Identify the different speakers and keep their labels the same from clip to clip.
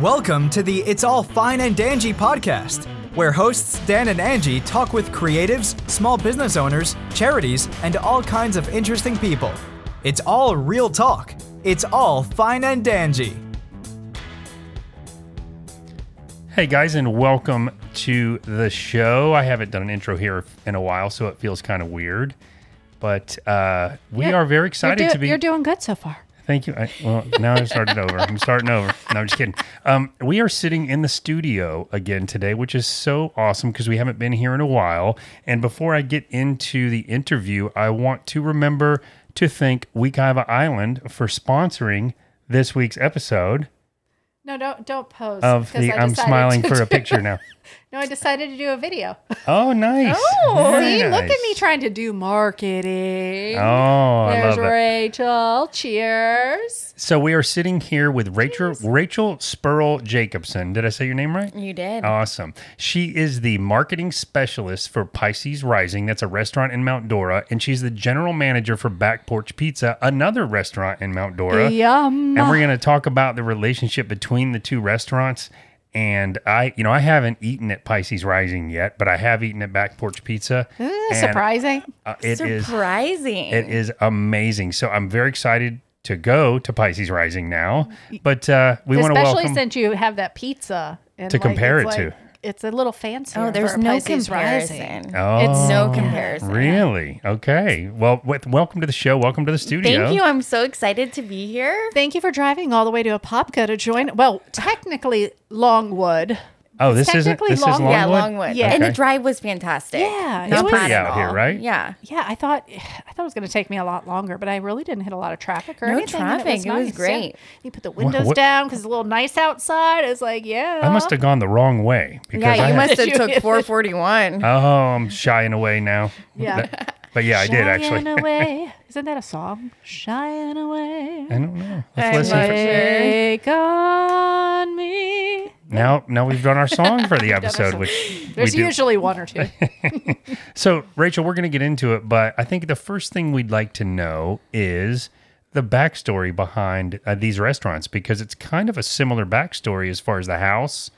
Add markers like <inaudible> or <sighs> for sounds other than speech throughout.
Speaker 1: Welcome to the It's All Fine and Dangy podcast, where hosts Dan and Angie talk with creatives, small business owners, charities, and all kinds of interesting people. It's all real talk. It's all fine and dangy.
Speaker 2: Hey guys, and welcome to the show. I haven't done an intro here in a while, so it feels kind of weird. But uh, we
Speaker 3: You're-
Speaker 2: are very excited
Speaker 3: you're do-
Speaker 2: to be.
Speaker 3: You're doing good so far.
Speaker 2: Thank you. I, well, now I started over. I'm starting over. No, I'm just kidding. Um, we are sitting in the studio again today, which is so awesome because we haven't been here in a while. And before I get into the interview, I want to remember to thank Weekiva Island for sponsoring this week's episode
Speaker 3: No, don't don't pose.
Speaker 2: of
Speaker 3: 'cause
Speaker 2: the.
Speaker 3: I
Speaker 2: I'm
Speaker 3: decided
Speaker 2: smiling
Speaker 3: to
Speaker 2: for a
Speaker 3: do-
Speaker 2: picture now.
Speaker 3: No, I decided to do a <laughs> video.
Speaker 2: Oh, nice.
Speaker 3: Oh, see,
Speaker 2: Very
Speaker 3: look at me
Speaker 2: nice.
Speaker 3: trying to do marketing.
Speaker 2: Oh, I
Speaker 3: There's
Speaker 2: love it.
Speaker 3: Rachel. Cheers.
Speaker 2: So we are sitting here with Rachel Rachel Spurl Jacobson. Did I say your name right?
Speaker 4: You did.
Speaker 2: Awesome. She is the marketing specialist for Pisces Rising. That's a restaurant in Mount Dora, and she's the general manager for Back Porch Pizza, another restaurant in Mount Dora.
Speaker 3: Yum.
Speaker 2: And we're going to talk about the relationship between the two restaurants. And I, you know, I haven't eaten at Pisces Rising yet, but I have eaten at Back Porch Pizza.
Speaker 3: Isn't that
Speaker 2: And,
Speaker 3: surprising.
Speaker 2: Uh, it is
Speaker 4: Surprising.
Speaker 2: it is amazing. So I'm very excited to go to Pisces Rising now. But uh, we want to
Speaker 3: Especially
Speaker 2: welcome.
Speaker 3: since you have that pizza and
Speaker 2: To compare
Speaker 3: it's
Speaker 2: it
Speaker 3: like-
Speaker 2: to.
Speaker 3: It's a little fancy.
Speaker 4: oh, there's no comparison. It's
Speaker 2: Oh.
Speaker 4: no comparison.
Speaker 2: Really? Okay. Well, with, welcome to the show. Welcome to the studio.
Speaker 4: Thank you. I'm so excited to be here.
Speaker 3: Thank you for driving all the way to Apopka to join. Well, technically Longwood.
Speaker 2: Oh, this isn't.
Speaker 3: Technically
Speaker 2: This is Longwood.
Speaker 3: Longwood.
Speaker 4: Yeah, Longwood.
Speaker 3: Yeah.
Speaker 4: And the
Speaker 2: Okay.
Speaker 4: drive was fantastic.
Speaker 3: Yeah, it
Speaker 4: Not
Speaker 3: was-
Speaker 4: bad
Speaker 2: pretty
Speaker 4: at
Speaker 2: out here,
Speaker 4: all.
Speaker 2: right?
Speaker 4: Yeah.
Speaker 3: Yeah, I thought <sighs> I thought it was going to take me a lot longer, but I really didn't hit a lot of traffic or
Speaker 4: No
Speaker 3: anything. and
Speaker 4: traffic. It was
Speaker 3: nice, yeah.
Speaker 4: great.
Speaker 3: You put the windows
Speaker 2: what-
Speaker 3: down because it's a little nice outside. It's like, yeah.
Speaker 2: I must have gone the wrong way because I
Speaker 4: Yeah, Uh, you
Speaker 2: had-
Speaker 4: must have
Speaker 3: You- <laughs>
Speaker 4: took
Speaker 2: <laughs>
Speaker 4: 441.
Speaker 2: Oh, I'm shying away now.
Speaker 3: Yeah.
Speaker 2: That- but yeah, I did actually. <laughs>
Speaker 3: Shine away. Isn't that a song? Shine away.
Speaker 2: I don't know.
Speaker 4: I
Speaker 2: Let's listen.
Speaker 4: love
Speaker 2: For,
Speaker 4: it.
Speaker 3: Take on me.
Speaker 2: now, now we've done our song
Speaker 4: <laughs>
Speaker 2: for the episode, which
Speaker 3: There's
Speaker 2: we do.
Speaker 3: usually one or
Speaker 2: <laughs>
Speaker 3: two.
Speaker 2: So, Rachel, we're going to get into it, but I think the first thing we'd like to know is the backstory behind uh, these restaurants because it's kind of a similar backstory as far as the house.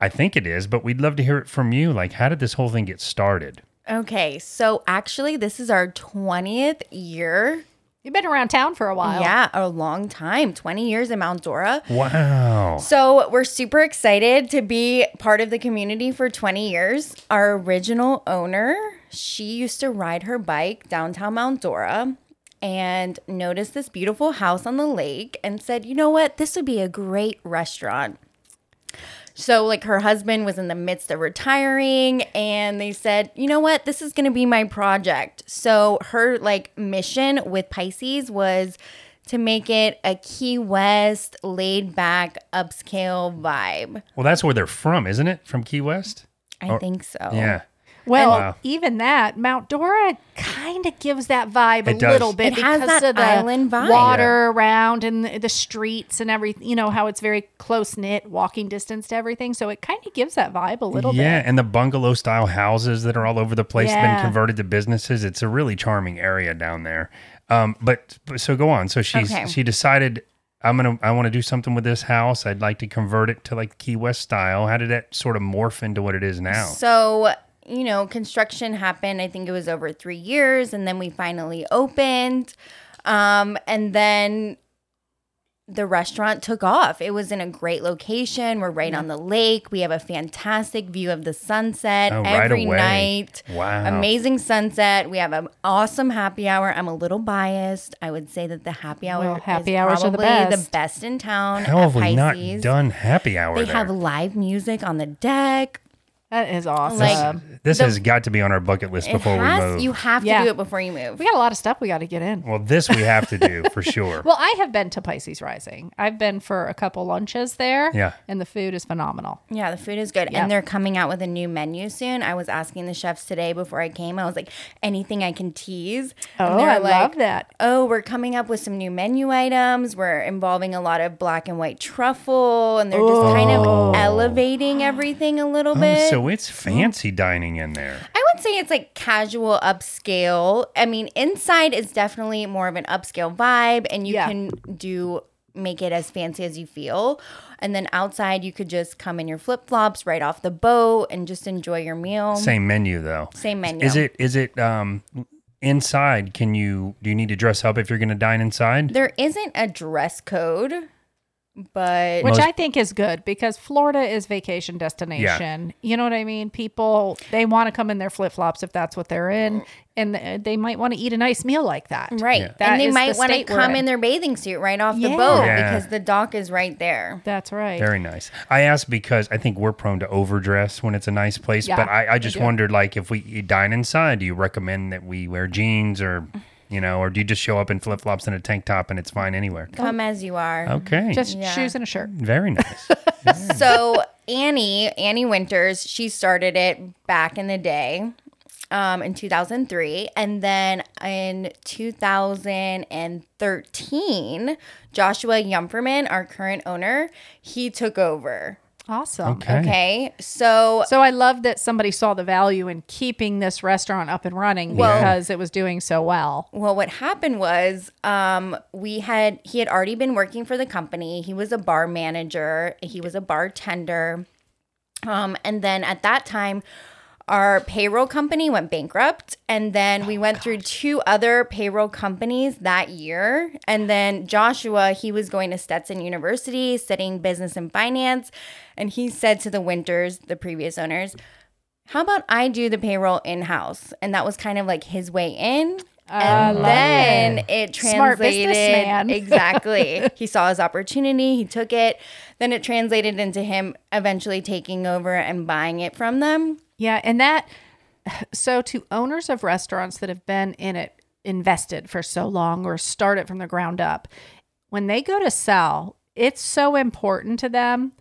Speaker 2: I think it is, but we'd love to hear it from you. Like, how did this whole thing get started?
Speaker 4: Okay. So actually, this is our 20th year.
Speaker 3: You've been around town for a while.
Speaker 4: Yeah, a long time 20 years in Mount Dora.
Speaker 2: Wow.
Speaker 4: So we're super excited to be part of the community for 20 years. Our original owner, she used to ride her bike downtown Mount Dora and noticed this beautiful house on the lake and said, "You know what? This would be a great restaurant." So like her husband was in the midst of retiring and they said, "You know what? This is going to be my project." So her like mission with Pisces was to make it a Key West laid back upscale vibe.
Speaker 2: Well, that's where they're from, isn't it? From Key West?
Speaker 4: I think so.
Speaker 2: Yeah.
Speaker 3: Well,
Speaker 2: Wow.
Speaker 3: even that Mount Dora kind of gives that vibe a
Speaker 2: It does.
Speaker 3: little bit
Speaker 4: It has
Speaker 3: because
Speaker 4: that
Speaker 3: of the
Speaker 4: island vibe.
Speaker 3: water around and the, the streets and everything. You know how it's very close knit, walking distance to everything. So it kind of gives that vibe a little
Speaker 2: yeah,
Speaker 3: bit.
Speaker 2: and the bungalow style houses that are all over the place, then
Speaker 3: Yeah.
Speaker 2: converted to businesses. It's a really charming area down there. Um, but but- so go on. So she's
Speaker 4: Okay.
Speaker 2: she decided I'm gonna I want to do something with this house. I'd like to convert it to like Key West style. How did that sort of morph into what it is now?
Speaker 4: So, you know, construction happened, I think it was over three years, and then we finally opened. Um, and then the restaurant took off. It was in a great location. We're right on the lake. We have a fantastic view of the sunset
Speaker 2: Oh, right
Speaker 4: every
Speaker 2: away.
Speaker 4: night.
Speaker 2: Wow.
Speaker 4: Amazing sunset. We have an awesome happy hour. I'm a little biased. I would say that the happy hour
Speaker 3: Well, happy
Speaker 4: is
Speaker 3: hours are the
Speaker 4: probably
Speaker 3: best.
Speaker 4: in town.
Speaker 2: How
Speaker 4: at
Speaker 2: have we not
Speaker 4: Pisces.
Speaker 2: done happy hour?
Speaker 4: They
Speaker 2: there?
Speaker 4: have live music on the deck.
Speaker 3: That is awesome.
Speaker 4: Like-
Speaker 2: this
Speaker 4: the-
Speaker 2: has got to be on our bucket list
Speaker 4: It
Speaker 2: before
Speaker 4: has,
Speaker 2: we move.
Speaker 4: You have to
Speaker 3: Yeah.
Speaker 4: do it before you move.
Speaker 3: we got a lot of stuff we got to get in.
Speaker 2: well, this we have to do for
Speaker 4: <laughs>
Speaker 2: sure.
Speaker 3: Well, I have been to Pisces Rising. I've been for a couple lunches there.
Speaker 2: Yeah.
Speaker 3: And the food is phenomenal.
Speaker 4: Yeah, the food is good.
Speaker 3: Yeah.
Speaker 4: And they're coming out with a new menu soon. I was asking the chefs today before I came, I was like, anything I can tease? And
Speaker 3: Oh,
Speaker 4: they're
Speaker 3: I love that.
Speaker 4: Oh, we're coming up with some new menu items. We're involving a lot of black and white truffle, and they're just kind
Speaker 2: Oh.
Speaker 4: of elevating everything a little
Speaker 2: Oh,
Speaker 4: bit.
Speaker 2: so it's fancy dining in there.
Speaker 4: I would say it's like casual upscale. I mean, inside is definitely more of an upscale vibe, and you
Speaker 3: Yeah.
Speaker 4: can do make it as fancy as you feel. And then outside, you could just come in your flip flops right off the boat and just enjoy your meal.
Speaker 2: Same menu though.
Speaker 4: Same menu.
Speaker 2: Is it is it um inside? Can you do you need to dress up if you're going to dine inside?
Speaker 4: There isn't a dress code, but
Speaker 3: Which I think is good because Florida is vacation destination. You know what I mean? People they want to come in their flip flops if that's what they're in, and th- they might want to eat a nice meal like that.
Speaker 4: right.
Speaker 3: That
Speaker 4: And they
Speaker 3: is
Speaker 4: might
Speaker 3: the
Speaker 4: want to
Speaker 3: state we're
Speaker 4: come
Speaker 3: in.
Speaker 4: in their bathing suit right off
Speaker 3: Yeah.
Speaker 4: the boat
Speaker 2: Yeah.
Speaker 4: because the dock is right there.
Speaker 3: That's right.
Speaker 2: Very nice. I asked because I think we're prone to overdress when it's a nice place,
Speaker 3: Yeah,
Speaker 2: but I, I
Speaker 3: we
Speaker 2: just
Speaker 3: do.
Speaker 2: wondered like if we dine inside, do you recommend that we wear jeans or you know, or do you just show up in flip flops and a tank top and it's fine anywhere?
Speaker 3: Oh.
Speaker 4: Come as you are.
Speaker 2: Okay.
Speaker 3: Just
Speaker 4: Yeah.
Speaker 3: shoes and a shirt.
Speaker 2: Very
Speaker 3: <laughs>
Speaker 2: nice.
Speaker 4: so Annie, Annie Winters, she started it back in the day um, in 2003. And then in 2013, Joshua Yumferman, our current owner, he took over.
Speaker 3: Awesome.
Speaker 2: Okay.
Speaker 4: Okay. So
Speaker 3: So I love that somebody saw the value in keeping this restaurant up and running because it was doing so well.
Speaker 4: Well, what happened was um, we had he had already been working for the company. He was a bar manager. He was a bartender, um, and then at that time, our payroll company went bankrupt, and then we went through two other payroll companies that year. And then Joshua, he was going to Stetson University, studying business and finance, and he said to the Winters, the previous owners. How about I do the payroll in house? And that was kind of like his way in
Speaker 3: I love
Speaker 4: then it
Speaker 3: Smart
Speaker 4: translated
Speaker 3: businessman. <laughs>
Speaker 4: exactly. he saw his opportunity, he took it. Then it translated into him eventually taking over and buying it from them.
Speaker 3: Yeah, and that so to owners of restaurants that have been in it invested for so long or start it from the ground up, when they go to sell, it's so important to them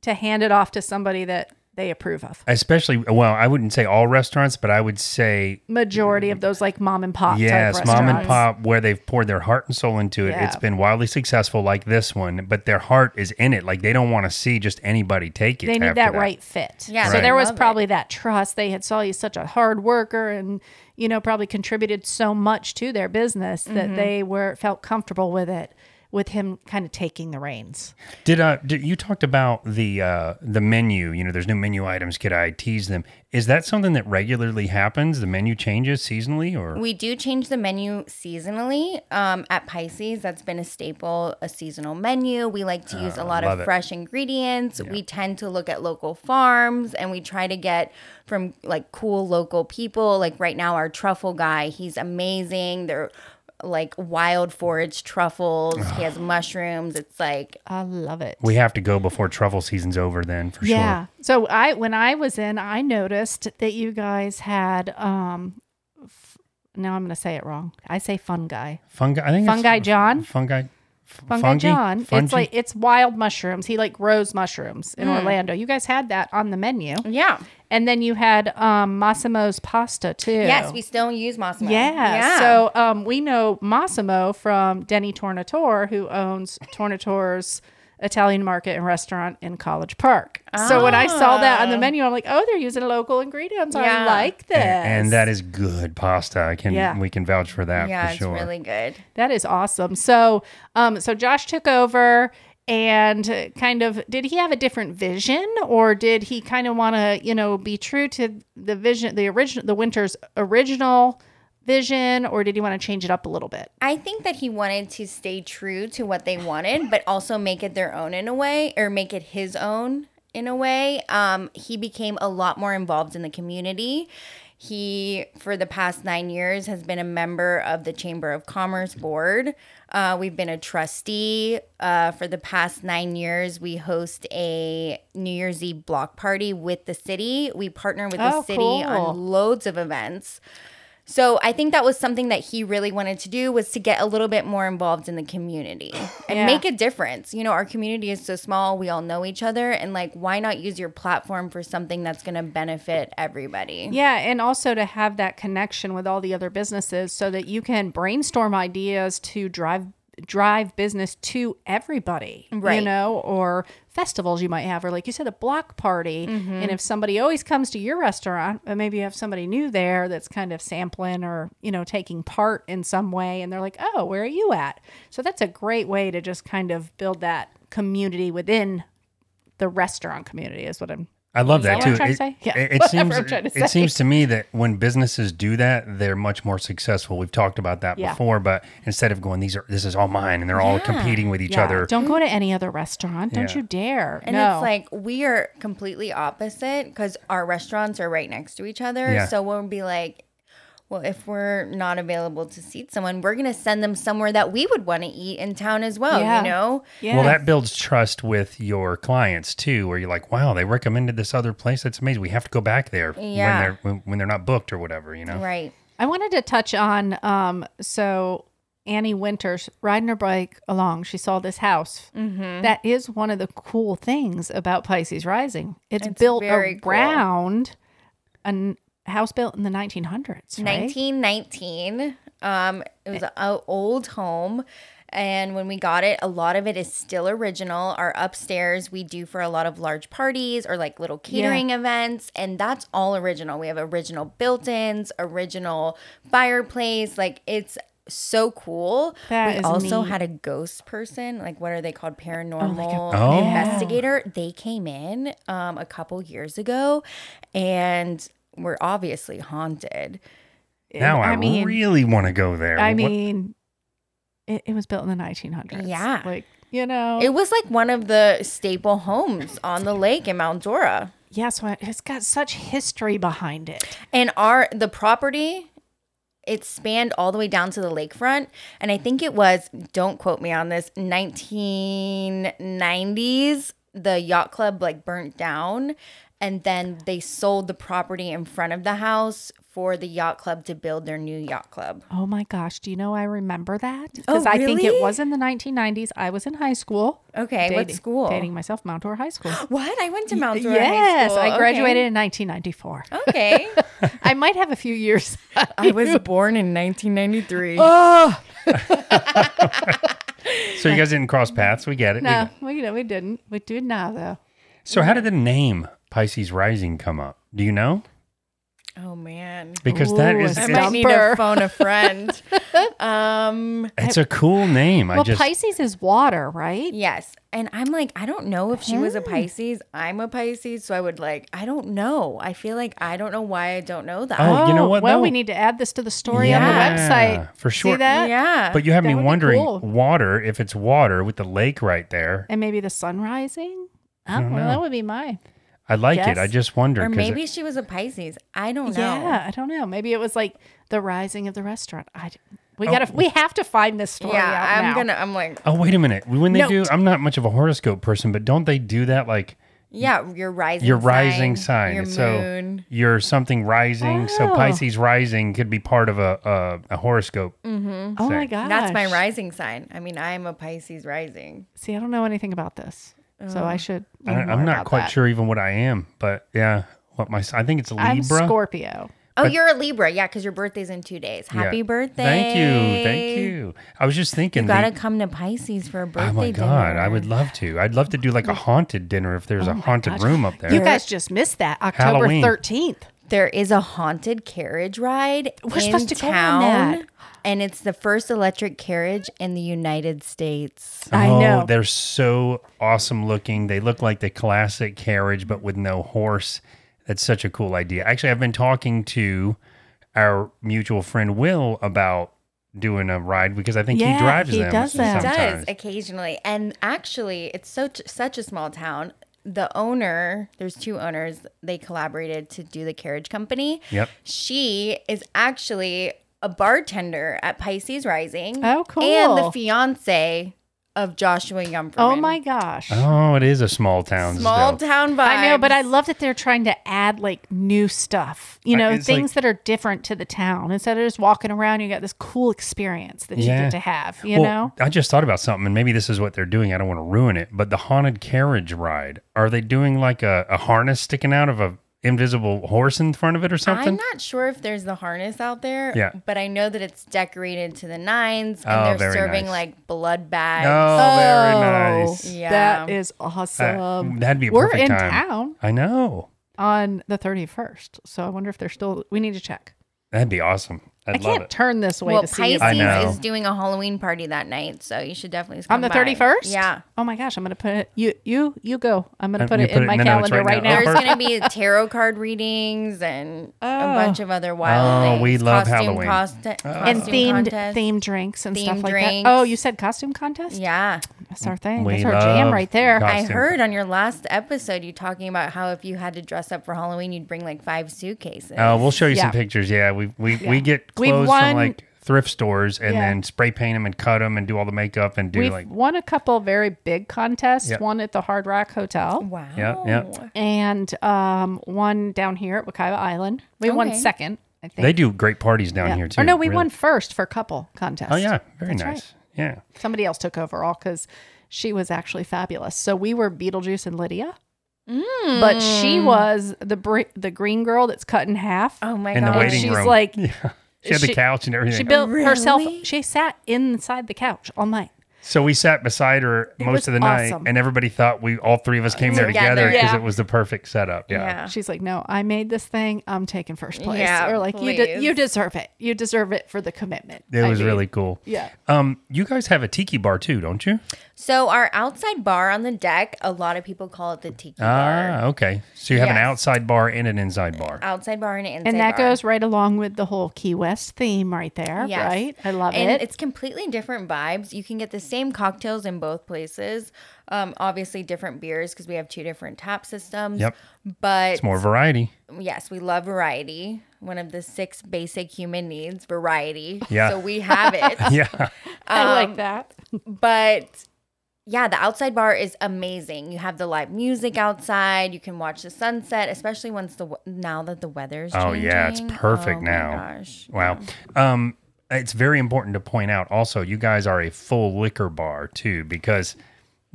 Speaker 3: to hand it off to somebody that they approve of.
Speaker 2: Especially well, I wouldn't say all restaurants, but I would say
Speaker 3: Majority of those like mom and pop.
Speaker 2: Yes,
Speaker 3: type
Speaker 2: mom and
Speaker 3: restaurants.
Speaker 2: pop, where they've poured their heart and soul into it.
Speaker 3: Yeah.
Speaker 2: It's been wildly successful, like this one, but their heart is in it. Like they don't want to see just anybody take it.
Speaker 3: They need
Speaker 2: after
Speaker 3: that, right fit.
Speaker 4: Yeah,
Speaker 3: So
Speaker 2: Right.
Speaker 3: there was
Speaker 4: love it.
Speaker 3: probably that trust. They had saw you such a hard worker and, you know, probably contributed so much to their business
Speaker 4: Mm-hmm.
Speaker 3: that they were felt comfortable with it, with him kind of taking the reins.
Speaker 2: Did uh, did, you talked about the uh, the menu? You know, there's new menu items. Could I tease them? Is that something that regularly happens? The menu changes seasonally, or
Speaker 4: We do change the menu seasonally um, at Pisces. That's been a staple, a seasonal menu. We like to use a lot
Speaker 2: Ah, love
Speaker 4: of
Speaker 2: it.
Speaker 4: fresh ingredients. We tend to look at local farms and we try to get from like cool local people. Like right now, our truffle guy, he's amazing. They're like wild forage truffles. he
Speaker 2: <sighs>
Speaker 4: has mushrooms. It's like
Speaker 3: I love it.
Speaker 2: we have to go before truffle season's over? Then for
Speaker 3: yeah.
Speaker 2: sure.
Speaker 3: So I when I was in, I noticed that you guys had um f- now I'm going to say it wrong. I say fungi.
Speaker 2: Fungi. I think it's
Speaker 3: Fungi John?
Speaker 2: Fungi. f-
Speaker 3: Fungi
Speaker 2: fungi?
Speaker 3: John. It's
Speaker 2: Fungi?
Speaker 3: like it's wild mushrooms. He like grows mushrooms in Orlando. You guys had that on the menu.
Speaker 4: yeah.
Speaker 3: And then you had um, Massimo's pasta too.
Speaker 4: Yes, we still use Mossimo.
Speaker 3: Yeah. So um, we know Massimo from Denny Tornatore, who owns Tornatore's Italian market and restaurant in College Park. So when I saw that on the menu, I'm like, oh, they're using local ingredients. I
Speaker 4: Yeah.
Speaker 3: like this.
Speaker 2: and that is good pasta. I can
Speaker 3: Yeah.
Speaker 2: we can vouch for that
Speaker 4: yeah,
Speaker 2: for
Speaker 4: it's
Speaker 2: sure.
Speaker 4: really good.
Speaker 3: that is awesome. So um, so Josh took over and uh, kind of did he have a different vision or did he kind of want to you know be true to the vision the original the winter's original vision or did he want to change it up a little bit
Speaker 4: I think that he wanted to stay true to what they wanted, but also make it their own in a way, or make it his own in a way. Um, he became a lot more involved in the community. He, for the past nine years, has been a member of the Chamber of Commerce Board. Uh, we've been a trustee. Uh, for the past nine years, we host a New Year's Eve block party with the city. We partner with the
Speaker 3: Oh,
Speaker 4: city
Speaker 3: cool.
Speaker 4: on loads of events. So I think that was something that he really wanted to do was to get a little bit more involved in the community and
Speaker 3: Yeah.
Speaker 4: make a difference. You know, our community is so small, we all know each other and like why not use your platform for something that's going to benefit everybody?
Speaker 3: Yeah, and also to have that connection with all the other businesses so that you can brainstorm ideas to drive drive business to everybody, you
Speaker 4: Right.
Speaker 3: know, or festivals you might have, or like you said, a block party. And if somebody always comes to your restaurant, but maybe you have somebody new there that's kind of sampling or, you know, taking part in some way, and they're like, oh, where are you at? So that's a great way to just kind of build that community within the restaurant community, is what I'm
Speaker 2: I love that
Speaker 3: that what
Speaker 2: too.
Speaker 3: I'm trying to
Speaker 2: It-
Speaker 3: <laughs> say? Yeah,
Speaker 2: It, it
Speaker 3: whatever
Speaker 2: seems
Speaker 3: I'm trying to
Speaker 2: it
Speaker 3: say.
Speaker 2: seems to me that when businesses do that, they're much more successful. We've talked about that
Speaker 3: Yeah.
Speaker 2: before, but instead of going, these are this is all mine, and they're all competing with each
Speaker 3: Yeah,
Speaker 2: other.
Speaker 3: Don't go to any other restaurant. Don't
Speaker 2: Yeah.
Speaker 3: you dare.
Speaker 4: And
Speaker 3: no.
Speaker 4: it's like we are completely opposite because our restaurants are right next to each other.
Speaker 2: Yeah.
Speaker 4: So we'll be like, well, if we're not available to seat someone, we're going to send them somewhere that we would want to eat in town as well,
Speaker 3: Yeah.
Speaker 4: you know?
Speaker 3: yeah.
Speaker 2: Well, that builds trust with your clients too, where you're like, "Wow, they recommended this other place. That's amazing. We have to go back there
Speaker 4: Yeah.
Speaker 2: when they're when, when they're not booked or whatever." You know,
Speaker 4: Right.
Speaker 3: I wanted to touch on um so Annie Winters riding her bike along, she saw this house.
Speaker 4: Mm-hmm.
Speaker 3: That is one of the cool things about Pisces Rising. It's,
Speaker 4: It's
Speaker 3: built
Speaker 4: very cool.
Speaker 3: around a n- house built in the 1900s, right?
Speaker 4: 1919. Um, it was an old home. And when we got it, a lot of it is still original. Our upstairs, we do for a lot of large parties or like little catering events. And that's all original. We have original built ins, original fireplace. Like it's so cool.
Speaker 3: That
Speaker 4: we
Speaker 3: is
Speaker 4: also
Speaker 3: neat.
Speaker 4: had a ghost person. Like what are they called? Paranormal
Speaker 2: Oh.
Speaker 4: investigator. They came in um, a couple years ago and were obviously haunted.
Speaker 2: now I,
Speaker 3: I mean,
Speaker 2: really want to go there.
Speaker 3: I
Speaker 2: What-
Speaker 3: mean it, it was built in the 1900s.
Speaker 4: Yeah.
Speaker 3: Like, you know.
Speaker 4: It was like one of the staple homes on the lake in Mount Dora.
Speaker 3: yeah, so it- it's got such history behind it.
Speaker 4: And our the property it spanned all the way down to the lakefront and I think it was don't quote me on this 1990s the yacht club like burnt down and then they sold the property in front of the house for the yacht club to build their new yacht club.
Speaker 3: Oh my gosh, do you know I remember that?
Speaker 4: Oh,
Speaker 3: Because I think it
Speaker 4: really?
Speaker 3: was in the 1990s. I was in high school.
Speaker 4: Okay, what school?
Speaker 3: Dating myself, Mount Dor High
Speaker 4: <gasps>
Speaker 3: School.
Speaker 4: What? I went to Mount Dora High
Speaker 3: yes,
Speaker 4: School.
Speaker 3: I graduated in
Speaker 4: <gasps>
Speaker 3: 1994.
Speaker 4: Okay. okay.
Speaker 3: I might have a few years.
Speaker 4: <laughs> I <laughs> was born in 1993.
Speaker 2: so you guys didn't cross
Speaker 3: <laughs>
Speaker 2: paths. We get it. We
Speaker 3: no,
Speaker 2: get-
Speaker 3: we, no, we didn't. We do now, though.
Speaker 2: so how did the name Pisces Rising come up? Do you know?
Speaker 4: Oh man.
Speaker 2: Because that
Speaker 3: Ooh,
Speaker 2: is
Speaker 3: I
Speaker 4: I
Speaker 2: it's,
Speaker 4: might need
Speaker 3: Stumper.
Speaker 4: to phone a friend.
Speaker 3: <laughs>
Speaker 4: um
Speaker 2: it's a cool name. I
Speaker 3: Well,
Speaker 2: just
Speaker 3: Pisces is water, right?
Speaker 4: yes. And I'm like, I don't know if she was a
Speaker 3: Hmm.
Speaker 4: Pisces. I'm a Pisces, so I would like, I don't know. I feel like I don't know why I don't know that.
Speaker 2: Oh, you know what,
Speaker 3: Well,
Speaker 2: though?
Speaker 3: we need to add this to the story
Speaker 2: Yeah,
Speaker 3: on the website.
Speaker 2: for sure.
Speaker 3: See that?
Speaker 4: yeah.
Speaker 2: But you have
Speaker 3: That
Speaker 2: me
Speaker 3: would be
Speaker 2: wondering
Speaker 3: cool.
Speaker 2: water, if it's water with the lake right there.
Speaker 3: And maybe the sun rising? I
Speaker 2: don't
Speaker 3: don't know.
Speaker 2: know.
Speaker 3: That would be mine.
Speaker 2: I like it.
Speaker 3: Yes.
Speaker 2: I just wonder.
Speaker 4: or
Speaker 2: 'cause
Speaker 4: maybe
Speaker 2: it-
Speaker 4: she was a Pisces. I don't know.
Speaker 3: Yeah, I don't know. Maybe it was like the rising of the restaurant. I, d- we gotta, we have to find this story. out
Speaker 4: Yeah, I'm
Speaker 3: now.
Speaker 4: gonna I'm like,
Speaker 2: oh, wait a minute. When they do,
Speaker 3: Note.
Speaker 2: I'm not much of a horoscope person, but don't they do that like
Speaker 4: yeah, your rising
Speaker 2: your rising sign?
Speaker 4: Your
Speaker 2: so
Speaker 4: moon.
Speaker 2: you're something rising. So
Speaker 3: Oh.
Speaker 2: Pisces rising could be part of a a, a horoscope.
Speaker 3: Oh my
Speaker 2: thing.
Speaker 3: gosh.
Speaker 4: That's my rising sign. I mean, I'm a Pisces rising.
Speaker 3: See, I don't know anything about this. So I should.
Speaker 2: I,
Speaker 3: learn more
Speaker 2: I'm not
Speaker 3: about
Speaker 2: quite
Speaker 3: that.
Speaker 2: sure even what I am, but yeah, what my I think it's Libra.
Speaker 3: I'm Scorpio.
Speaker 4: Oh,
Speaker 2: But-
Speaker 4: you're a Libra. Yeah, because your birthday's in two days.
Speaker 2: Yeah.
Speaker 4: Happy birthday.
Speaker 2: Thank you, thank you. I was just thinking.
Speaker 4: You gotta
Speaker 2: the-
Speaker 4: come to Pisces for a birthday.
Speaker 2: Oh my god, I
Speaker 4: dinner.
Speaker 2: would love to. I'd love to do like a haunted dinner if
Speaker 3: Oh
Speaker 2: there's a haunted room up there.
Speaker 3: You guys just missed that October
Speaker 2: Halloween.
Speaker 3: 13th.
Speaker 4: There is a haunted carriage ride
Speaker 3: We're
Speaker 4: in
Speaker 3: supposed to go on
Speaker 4: town,
Speaker 3: that.
Speaker 4: and it's the first electric carriage in the United States.
Speaker 3: I
Speaker 2: oh,
Speaker 3: know.
Speaker 2: They're so awesome looking. They look like the classic carriage, but with no horse. That's such a cool idea. Actually, I've been talking to our mutual friend Will about doing a ride because I think
Speaker 3: Yeah,
Speaker 2: he drives
Speaker 3: he
Speaker 2: them.
Speaker 3: does them.
Speaker 2: sometimes.
Speaker 4: Does occasionally, and actually, it's such such a small town. The owner, there's two owners. They collaborated to do the carriage company.
Speaker 2: Yep.
Speaker 4: She is actually a bartender at Pisces Rising.
Speaker 3: Oh,
Speaker 4: And the
Speaker 3: cool.
Speaker 4: fiance of Joshua Yumperman.
Speaker 3: Oh my gosh.
Speaker 2: Oh, it is a small town.
Speaker 4: Small
Speaker 2: still.
Speaker 4: town vibes.
Speaker 3: I know, but I love that they're trying to add like new stuff, you
Speaker 2: I-
Speaker 3: know,
Speaker 2: it's like-
Speaker 3: things that are different to the town. Instead of just walking around, you got this cool experience that you
Speaker 2: Yeah.
Speaker 3: get to have, you
Speaker 2: Well,
Speaker 3: know?
Speaker 2: I just thought about something, and maybe this is what they're doing. I don't want to ruin it, but the haunted carriage ride. Are they doing like a, a harness sticking out of a invisible horse in front of it or
Speaker 4: I'm
Speaker 2: something?
Speaker 4: not sure if there's the harness out there,
Speaker 2: Yeah.
Speaker 4: but I know that it's decorated to the nines and
Speaker 2: Oh,
Speaker 4: they're
Speaker 2: very
Speaker 4: serving
Speaker 2: nice.
Speaker 4: like blood
Speaker 2: oh,
Speaker 4: bags.
Speaker 3: Oh.
Speaker 2: very nice.
Speaker 4: Yeah.
Speaker 3: That is
Speaker 2: That-
Speaker 3: awesome.
Speaker 2: that'd be a
Speaker 3: We're
Speaker 2: perfect
Speaker 3: in
Speaker 2: time.
Speaker 3: town
Speaker 2: I know.
Speaker 3: on the 31st. So I wonder if they're still, we need to check.
Speaker 2: That'd be awesome. I'd
Speaker 3: I
Speaker 2: love
Speaker 3: can't
Speaker 2: it.
Speaker 3: turn this way
Speaker 4: well,
Speaker 3: to see
Speaker 2: I know.
Speaker 4: Pisces is doing a Halloween party that night, so you should definitely come
Speaker 3: on the
Speaker 4: by.
Speaker 3: 31st.
Speaker 4: Yeah.
Speaker 3: Oh my gosh, I'm gonna put it. You you you go. I'm gonna
Speaker 2: I'm
Speaker 3: put
Speaker 2: gonna
Speaker 3: it in
Speaker 2: put it-
Speaker 3: my
Speaker 2: no, no, it's
Speaker 3: calendar
Speaker 2: right
Speaker 3: right
Speaker 2: now.
Speaker 3: now.
Speaker 4: There's
Speaker 2: Perfect.
Speaker 4: going to be <laughs> tarot card readings and
Speaker 3: Oh.
Speaker 4: a bunch of other wild
Speaker 2: Oh,
Speaker 4: things.
Speaker 2: we love
Speaker 4: costume
Speaker 2: Halloween. Oh.
Speaker 4: cost-
Speaker 3: and
Speaker 4: costume
Speaker 3: themed
Speaker 4: contest.
Speaker 3: themed drinks and stuff
Speaker 4: Themed
Speaker 3: like
Speaker 4: drinks.
Speaker 3: that. Oh, you said costume contest?
Speaker 4: Yeah.
Speaker 3: That's our thing.
Speaker 2: We
Speaker 3: That's our jam
Speaker 2: love
Speaker 3: right there.
Speaker 2: costume.
Speaker 4: I heard on your last episode you talking about how if you had to dress up for Halloween, you'd bring like five suitcases.
Speaker 2: Uh, we'll show you
Speaker 3: Yeah.
Speaker 2: some pictures. Yeah, we we, we get
Speaker 3: We've
Speaker 2: clothes
Speaker 3: won-
Speaker 2: from like thrift stores and
Speaker 3: Yeah.
Speaker 2: then spray paint them and cut them and do all the makeup and do
Speaker 3: We've
Speaker 2: like
Speaker 3: won a couple very big contests.
Speaker 2: Yeah.
Speaker 3: One at the Hard Rock Hotel
Speaker 4: wow.
Speaker 2: Yeah, yeah.
Speaker 3: and um, one down here at Wakaiwa Island. We won
Speaker 4: Okay.
Speaker 3: second, I think.
Speaker 2: they do great parties down
Speaker 3: Yeah.
Speaker 2: here too.
Speaker 3: Or no, we
Speaker 2: really.
Speaker 3: won first for couple contest.
Speaker 2: Oh yeah, very
Speaker 3: That's right.
Speaker 2: nice. Yeah.
Speaker 3: Somebody else took over all because she was actually fabulous. So we were Beetlejuice and Lydia, but she was the br- the green girl that's cut in half.
Speaker 4: Mm. Oh my
Speaker 2: In the
Speaker 4: god.
Speaker 2: waiting
Speaker 3: she's
Speaker 2: room.
Speaker 3: like-
Speaker 2: yeah. she had the
Speaker 3: she-
Speaker 2: couch and everything.
Speaker 3: She built herself.
Speaker 4: Really?
Speaker 3: She sat inside the couch all night.
Speaker 2: so we sat beside her
Speaker 3: was
Speaker 2: most of the night,
Speaker 3: awesome.
Speaker 2: and everybody thought we all three of us came there
Speaker 4: Together.
Speaker 2: together because
Speaker 3: Yeah.
Speaker 2: it was the perfect setup. Yeah.
Speaker 4: Yeah.
Speaker 3: She's like, "No, I made this thing. I'm taking first place."
Speaker 4: Oh. Yeah,
Speaker 3: or like, "You de-
Speaker 4: please.
Speaker 3: you deserve it. You deserve it for the commitment."
Speaker 2: It
Speaker 3: I
Speaker 2: was
Speaker 3: mean,
Speaker 2: really cool.
Speaker 3: yeah.
Speaker 2: Um, you guys have a tiki bar too, don't you?
Speaker 4: So our outside bar on the deck, a lot of people call it the tiki bar.
Speaker 2: Ah, okay. So you have an
Speaker 4: Yes.
Speaker 2: outside bar and an inside bar.
Speaker 4: Outside bar and an inside
Speaker 3: And that
Speaker 4: bar.
Speaker 3: goes right along with the whole Key West theme right there,
Speaker 4: Yes.
Speaker 3: right? I love
Speaker 4: and
Speaker 3: it.
Speaker 4: it's completely different vibes. You can get the same cocktails in both places. Um, obviously different beers because we have two different tap systems.
Speaker 2: Yep.
Speaker 4: But
Speaker 2: It's more variety. <laughs>
Speaker 4: yes, we love variety. One of the six basic human needs, variety.
Speaker 2: Yeah.
Speaker 4: So we have it.
Speaker 2: <laughs> Yeah.
Speaker 3: I
Speaker 4: um,
Speaker 3: like that.
Speaker 4: but yeah, the outside bar is amazing. You have the live music outside. You can watch the sunset, especially once the w- now that the weather's
Speaker 2: Oh, yeah, it's
Speaker 4: changing.
Speaker 2: perfect
Speaker 4: Oh,
Speaker 2: now.
Speaker 4: My gosh.
Speaker 2: Wow. Um, it's very important to point out also, you guys are a full liquor bar too, because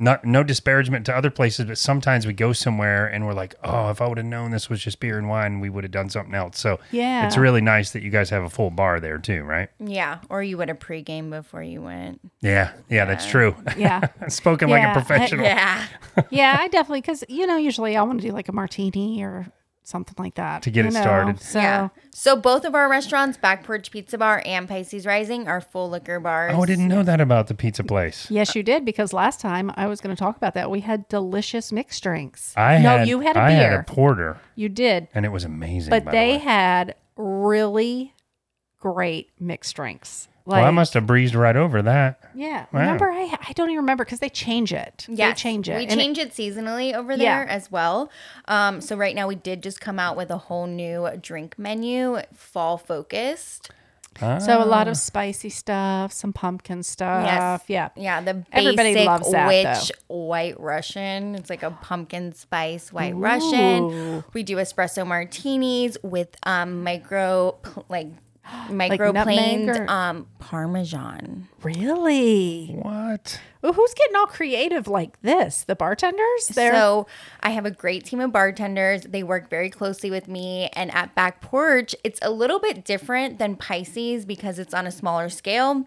Speaker 2: not no disparagement to other places, but sometimes we go somewhere and we're like, oh, if I would have known this was just beer and wine, we would have done something else. So
Speaker 3: Yeah. Mm-hmm.
Speaker 2: it's really nice that you guys have a full bar there too, right?
Speaker 4: Yeah, or you would have pregame before you went.
Speaker 2: Yeah. Yeah, that's true. <laughs>
Speaker 3: Yeah.
Speaker 4: <laughs>
Speaker 2: Spoken like
Speaker 3: Yeah.
Speaker 2: a professional.
Speaker 4: Yeah,
Speaker 3: yeah, I definitely because you know usually I want to do like a martini or something like that
Speaker 2: To get
Speaker 3: you
Speaker 2: it
Speaker 3: know,
Speaker 2: started.
Speaker 3: So
Speaker 4: yeah. So both of our restaurants, Back Porch Pizza Bar and Pisces Rising, are full liquor bars.
Speaker 2: Oh, I didn't know that about the pizza place.
Speaker 3: yes, you did because last time I was going to talk about that. We had delicious mixed drinks.
Speaker 2: I
Speaker 3: no,
Speaker 2: had,
Speaker 3: you had a
Speaker 2: I
Speaker 3: beer.
Speaker 2: had a porter
Speaker 3: you did,
Speaker 2: and it was amazing.
Speaker 3: but
Speaker 2: by the
Speaker 3: they
Speaker 2: way.
Speaker 3: had really great mixed drinks. Like,
Speaker 2: well, I must have breezed right over that.
Speaker 3: yeah.
Speaker 2: Wow.
Speaker 3: Remember, I I don't even remember because they change it. Yeah, they
Speaker 4: Yes,
Speaker 3: change it.
Speaker 4: We
Speaker 3: And it-
Speaker 4: change it seasonally over
Speaker 3: Yeah.
Speaker 4: there as well. Um, so right now we did just come out with a whole new drink menu, fall focused.
Speaker 3: so a lot
Speaker 2: Ah.
Speaker 3: of spicy stuff, some pumpkin stuff. Yeah.
Speaker 4: Yeah, the basic
Speaker 3: Everybody loves that,
Speaker 4: witch white Russian. It's like a pumpkin spice white Russian.
Speaker 3: Ooh.
Speaker 4: We do espresso martinis with um micro pl-
Speaker 3: <gasps>
Speaker 4: like microplaned
Speaker 3: nutmeg or-
Speaker 4: um parmesan.
Speaker 3: Really?
Speaker 2: What?
Speaker 3: Ooh, who's getting all creative like this? The bartenders? They're
Speaker 4: So I have a great team of bartenders. They work very closely with me. And at Back Porch, it's a little bit different than Pisces because it's on a smaller scale.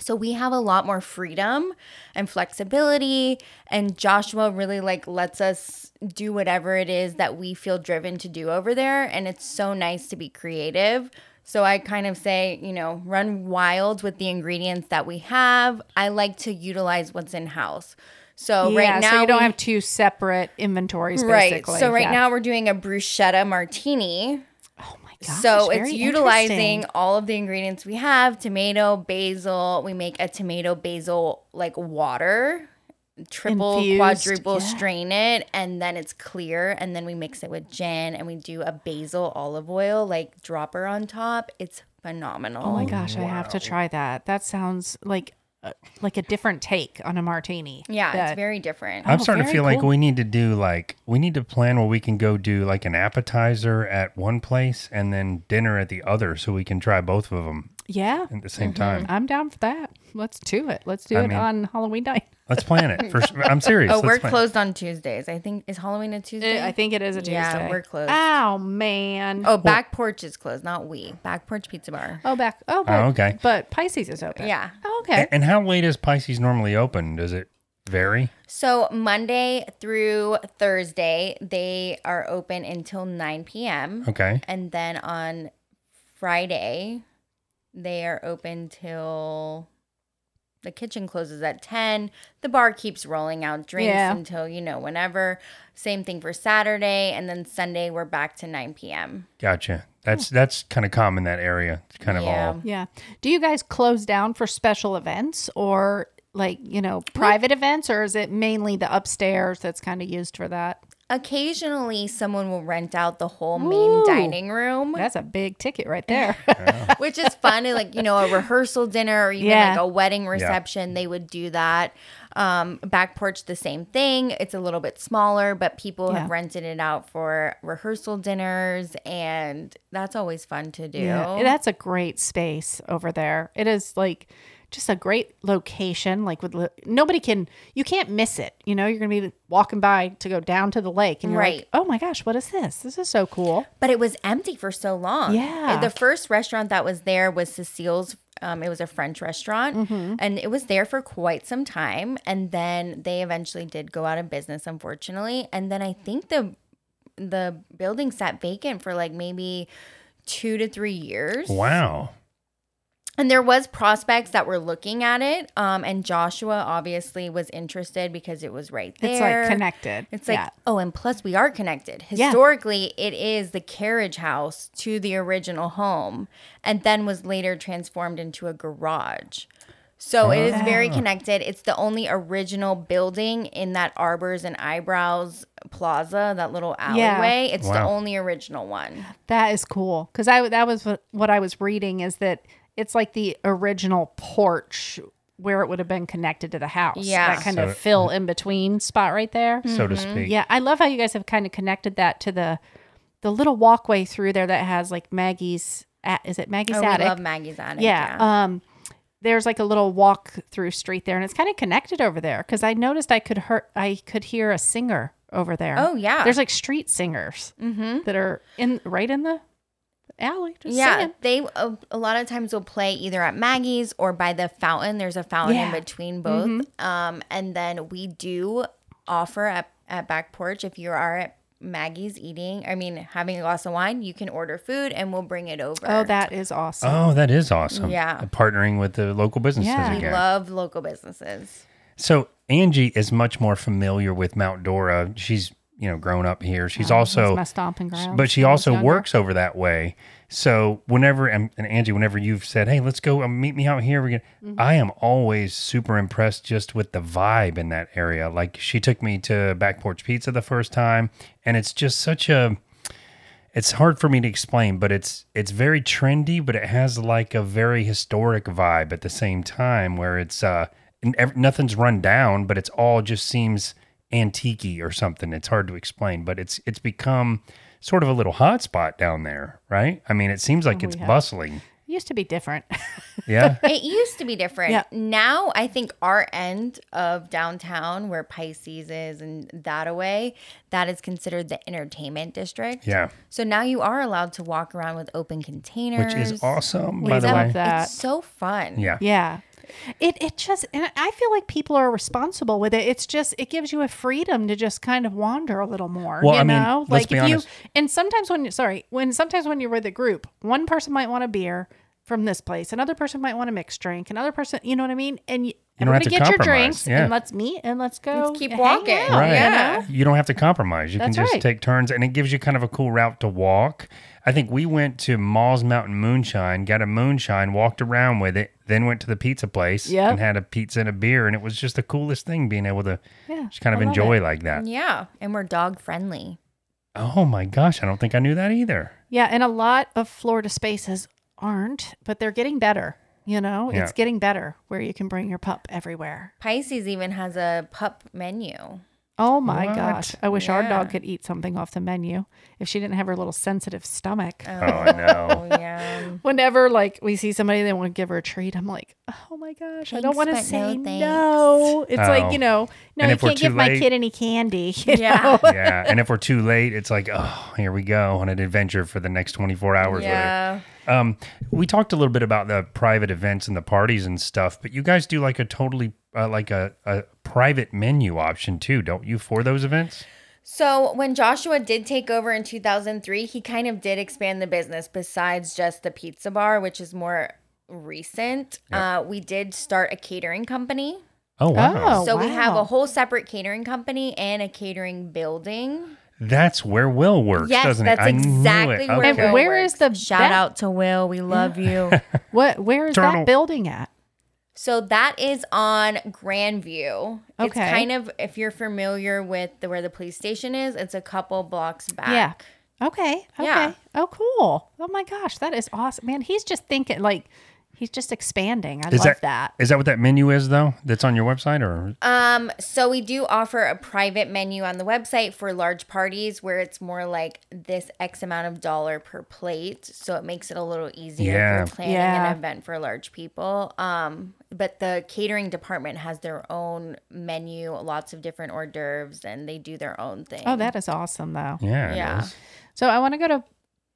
Speaker 4: So we have a lot more freedom and flexibility. And Joshua really like lets us do whatever it is that we feel driven to do over there. And it's so nice to be creative. So I kind of say, you know, run wild with the ingredients that we have. I like to utilize what's in house. So
Speaker 3: yeah,
Speaker 4: right now
Speaker 3: so you don't
Speaker 4: we-
Speaker 3: have two separate inventories,
Speaker 4: Right.
Speaker 3: basically.
Speaker 4: So right
Speaker 3: Yeah.
Speaker 4: now we're doing a bruschetta martini.
Speaker 3: oh my gosh,
Speaker 4: so
Speaker 3: very
Speaker 4: it's utilizing
Speaker 3: interesting.
Speaker 4: all of the ingredients we have: tomato, basil. We make a tomato basil like water, triple,
Speaker 3: Infused,
Speaker 4: quadruple
Speaker 3: yeah.
Speaker 4: strain it, and then it's clear. And then we mix it with gin, and we do a basil olive oil like dropper on top. It's phenomenal.
Speaker 3: Oh my gosh, I have to try that. That sounds like uh, like a different take on a martini.
Speaker 4: Yeah,
Speaker 3: That-
Speaker 4: it's very different.
Speaker 2: I'm starting to
Speaker 3: Oh, very
Speaker 2: feel like
Speaker 3: cool.
Speaker 2: we need to do like we need to plan where we can go do like an appetizer at one place and then dinner at the other, so we can try both of them
Speaker 3: yeah.
Speaker 2: at the same time.
Speaker 3: Mm-hmm. I'm down for that. Let's do it. Let's do
Speaker 2: I
Speaker 3: it
Speaker 2: mean-
Speaker 3: on Halloween night.
Speaker 2: Let's plan it. For, I'm
Speaker 3: <laughs>
Speaker 2: serious.
Speaker 4: Oh,
Speaker 2: Let's
Speaker 4: we're
Speaker 2: plan it.
Speaker 4: closed on Tuesdays. I think <laughs> is Halloween a Tuesday.
Speaker 3: Uh, I think it is a Tuesday.
Speaker 4: Yeah, we're closed.
Speaker 3: Oh man.
Speaker 4: Oh, back porch is closed, not we. Back porch pizza bar.
Speaker 3: Oh, back. Oh, but,
Speaker 2: Oh, okay.
Speaker 3: But Pisces is open.
Speaker 4: Yeah.
Speaker 3: Oh,
Speaker 2: A-
Speaker 3: okay.
Speaker 2: And, how late is Pisces normally open? Does it vary?
Speaker 4: So Monday through Thursday, they are open until 9 p.m.
Speaker 2: Okay.
Speaker 4: And then on Friday, they are open till the kitchen closes at 10. The bar keeps rolling out drinks
Speaker 3: Yeah.
Speaker 4: until, you know, whenever. Same thing for Saturday. And then Sunday, we're back to 9 p.m.
Speaker 2: Gotcha.
Speaker 3: Hmm.
Speaker 2: That's that's kind of common that area. It's kind of
Speaker 4: Yeah.
Speaker 2: all.
Speaker 3: Yeah. Do you guys close down for special events or like, you know, private events or is it mainly the upstairs that's kind of used for that?
Speaker 4: Occasionally, someone will rent out the whole
Speaker 3: Ooh.
Speaker 4: main dining room.
Speaker 3: That's a big ticket right
Speaker 4: <laughs>
Speaker 3: there. <laughs>
Speaker 4: which is fun and like you know a rehearsal dinner or even
Speaker 3: Yeah.
Speaker 4: like a wedding reception they would do that um back porch the same thing it's a little bit smaller but people
Speaker 3: Yeah.
Speaker 4: have rented it out for rehearsal dinners and that's always fun to do
Speaker 3: Yeah, that's a great space over there. It is like just a great location. Like with li- nobody can, you can't miss it. You know, you're gonna be walking by to go down to the lake, and you're like,
Speaker 4: Right.
Speaker 3: oh my gosh, what is this? This is so cool.
Speaker 4: but it was empty for so long
Speaker 3: Yeah.
Speaker 4: the first restaurant that was there was cecile's um, it was a french restaurant
Speaker 3: Mm-hmm.
Speaker 4: and it was there for quite some time and then they eventually did go out of business unfortunately and then i think the the building sat vacant for like maybe two to three years
Speaker 2: Wow.
Speaker 4: and there was prospects that were looking at it um, and joshua obviously was interested because it was right there
Speaker 3: It's like connected.
Speaker 4: it's like,
Speaker 3: Yeah.
Speaker 4: oh, and plus we are connected.
Speaker 3: Yeah.
Speaker 4: Historically, it is the carriage house to the original home and then was later transformed into a garage. So it is
Speaker 3: Oh.
Speaker 4: very connected. It's the only original building in that Arbors and Eyebrows Plaza, that little alleyway. It's the
Speaker 2: Wow.
Speaker 4: only original one.
Speaker 3: That is cool because I that was what, what I was reading is that it's like the original porch where it would have been connected to the house.
Speaker 4: Yeah. Mm-hmm.
Speaker 3: that kind
Speaker 2: So
Speaker 3: of
Speaker 2: it-
Speaker 3: fill in between spot right there.
Speaker 2: So to speak.
Speaker 3: Mm-hmm. Yeah, I love how you guys have kind of connected that to the the little walkway through there that has like Maggie's. At, is it Maggie's
Speaker 4: Oh,
Speaker 3: attic?
Speaker 4: we love Maggie's attic.
Speaker 3: yeah. Um, there's like a little walk through street there, and it's kind of connected over there because I noticed I could hear I could hear a singer over there.
Speaker 4: Oh, yeah. Mm-hmm.
Speaker 3: There's like street singers that are in right in the alley. Just
Speaker 4: yeah,
Speaker 3: singing.
Speaker 4: they a, a lot of times will play either at Maggie's or by the fountain. There's a fountain
Speaker 3: Yeah. Mm-hmm.
Speaker 4: in between both. Um, and then we do offer at, at back porch if you are at Maggie's eating. I mean, having a glass of wine, you can order food and we'll bring it over.
Speaker 3: Oh, that is awesome.
Speaker 2: Oh, that is awesome.
Speaker 4: Yeah.
Speaker 2: Partnering with the local businesses
Speaker 3: Yeah.
Speaker 4: we
Speaker 2: again.
Speaker 4: love local businesses.
Speaker 2: So Angie is much more familiar with Mount Dora. She's you know grown up here. She's also
Speaker 3: It's my stomping ground.
Speaker 2: Oh. but she also works over that way. So whenever and, and Angie, whenever you've said, "Hey, let's go um, meet me out here," we're gonna, I am always super impressed just with the vibe in that area. Like she took me to Back Porch Pizza the first time, and it's just such a. It's hard for me to explain, but it's it's very trendy, but it has like a very historic vibe at the same time, where it's uh n- ev- nothing's run down, but it's all just seems antique or something. It's hard to explain, but it's it's become sort of a little hot spot down there, right? I mean, it seems like
Speaker 3: Oh,
Speaker 2: it's bustling.
Speaker 3: used to be different. <laughs>
Speaker 2: Yeah.
Speaker 4: It used to be different.
Speaker 3: Yeah.
Speaker 4: Now I think our end of downtown where Pisces is and that away, that is considered the entertainment district.
Speaker 2: yeah.
Speaker 4: So now you are allowed to walk around with open containers,
Speaker 2: Which is awesome,
Speaker 3: We
Speaker 2: by the
Speaker 3: love
Speaker 2: way.
Speaker 3: that.
Speaker 4: It's so fun.
Speaker 2: Yeah.
Speaker 3: yeah. It it just and I feel like people are responsible with it. It's just it gives you a freedom to just kind of wander a little more.
Speaker 2: Well,
Speaker 3: you
Speaker 2: I mean,
Speaker 3: know?
Speaker 2: let's
Speaker 3: like
Speaker 2: be
Speaker 3: if
Speaker 2: honest.
Speaker 3: you and sometimes when you sorry, when sometimes when you're with a group, one person might want a beer from this place, another person might want a mixed drink, another person you know what I mean? And you,
Speaker 2: don't have
Speaker 3: everybody
Speaker 2: to
Speaker 3: get your
Speaker 2: compromise.
Speaker 3: drinks
Speaker 2: Yeah.
Speaker 3: and let's meet and let's go
Speaker 4: Let's keep
Speaker 3: hang
Speaker 4: walking.
Speaker 3: out,
Speaker 2: Right.
Speaker 3: you
Speaker 4: Yeah.
Speaker 3: know?
Speaker 2: You don't have to compromise. You
Speaker 3: That's
Speaker 2: can just
Speaker 3: right.
Speaker 2: take turns and it gives you kind of a cool route to walk. I think we went to Mall's Mountain Moonshine, got a moonshine, walked around with it, then went to the pizza place
Speaker 3: Yep.
Speaker 2: and had a pizza and a beer. And it was just the coolest thing being able to
Speaker 3: Yeah,
Speaker 2: just kind of
Speaker 3: I love
Speaker 2: enjoy
Speaker 3: it.
Speaker 2: like that.
Speaker 4: Yeah. And we're dog friendly.
Speaker 2: Oh my gosh. I don't think I knew that
Speaker 3: <laughs>
Speaker 2: either.
Speaker 3: Yeah, and a lot of Florida spaces aren't, but they're getting better. You know,
Speaker 2: Yeah.
Speaker 3: it's getting better where you can bring your pup everywhere.
Speaker 4: Pisces even has a pup menu.
Speaker 3: Oh my
Speaker 2: What?
Speaker 3: gosh. I wish our
Speaker 4: Yeah.
Speaker 3: dog could eat something off the menu if she didn't have her little sensitive stomach.
Speaker 2: Oh, I know.
Speaker 4: Oh,
Speaker 3: <laughs>
Speaker 4: yeah.
Speaker 3: Whenever like we see somebody they want to give her a treat, I'm like, oh my gosh, I don't
Speaker 4: Thanks,
Speaker 3: want to
Speaker 4: but
Speaker 3: say
Speaker 4: no thanks."
Speaker 3: no. It's
Speaker 2: Oh.
Speaker 3: like you know, no,
Speaker 2: And
Speaker 3: you
Speaker 2: if we're
Speaker 3: can't give
Speaker 2: too
Speaker 3: my
Speaker 2: late-
Speaker 3: kid any candy. <laughs>
Speaker 4: Yeah.
Speaker 2: yeah. And if we're too late, it's like, oh, here we go on an adventure for the next 24 hours. Later.
Speaker 4: Yeah.
Speaker 2: Um, we talked a little bit about the private events and the parties and stuff, but you guys do like a totally uh, like a, a private menu option too, don't you, for those events?
Speaker 4: So when Joshua did take over in 2003, he kind of did expand the business besides just the pizza bar, which is more recent. Uh, we did start a catering company.
Speaker 2: Oh wow,
Speaker 3: Oh.
Speaker 4: so we have
Speaker 3: wow.
Speaker 4: a whole separate catering company and a catering building.
Speaker 2: that's where Will works,
Speaker 4: Yes,
Speaker 2: doesn't
Speaker 4: that's
Speaker 2: it?
Speaker 4: exactly
Speaker 2: I knew it.
Speaker 4: where
Speaker 2: Okay.
Speaker 3: And
Speaker 4: Will
Speaker 3: where is
Speaker 4: works.
Speaker 3: the
Speaker 4: shout
Speaker 3: best-
Speaker 4: out to Will? We love
Speaker 3: <laughs>
Speaker 4: you.
Speaker 3: what? Where is
Speaker 2: Turtle.
Speaker 3: that building at?
Speaker 4: so that is on Grandview. It's
Speaker 3: Okay.
Speaker 4: kind of if you're familiar with the, where the police station is, it's a couple blocks back.
Speaker 3: Yeah. Okay. Okay.
Speaker 4: Yeah.
Speaker 3: Oh, cool. Oh my gosh, that is awesome, man. He's just thinking like he's just expanding. I
Speaker 2: Is
Speaker 3: love
Speaker 2: that,
Speaker 3: that.
Speaker 2: is that what that menu is though? That's on your website or
Speaker 4: Um, so we do offer a private menu on the website for large parties where it's more like this X amount of dollar per plate. So it makes it a little easier
Speaker 2: Yeah.
Speaker 4: if you're planning
Speaker 3: Yeah.
Speaker 4: an event for large people. Um, but the catering department has their own menu, lots of different hors d'oeuvres, and they do their own thing.
Speaker 3: Oh, that is awesome though.
Speaker 2: yeah, it
Speaker 4: Yeah.
Speaker 2: is.
Speaker 3: So I want to go to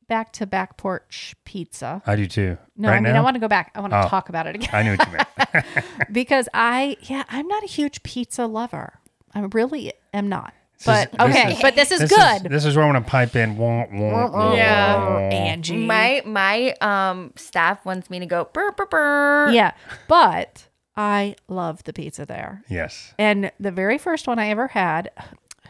Speaker 3: back to back porch pizza.
Speaker 2: I do too.
Speaker 3: No,
Speaker 2: right
Speaker 3: I mean
Speaker 2: now,
Speaker 3: I want to go back. I want to
Speaker 2: Oh.
Speaker 3: talk about it
Speaker 2: <laughs>
Speaker 3: again
Speaker 2: I knew what
Speaker 3: <laughs>
Speaker 2: you meant.
Speaker 3: because I yeah I'm not a huge pizza lover. I really am not.
Speaker 2: This
Speaker 3: But
Speaker 2: is- this
Speaker 3: okay,
Speaker 2: is-
Speaker 3: but this is
Speaker 2: this
Speaker 3: good.
Speaker 2: Is, this is where I want to pipe in. Wah, wah, wah,
Speaker 4: Yeah.
Speaker 2: wah.
Speaker 3: Angie.
Speaker 4: my my um staff wants me to go burr burr burr.
Speaker 3: yeah, but I love the pizza there.
Speaker 2: Yes.
Speaker 3: And the very first one I ever had,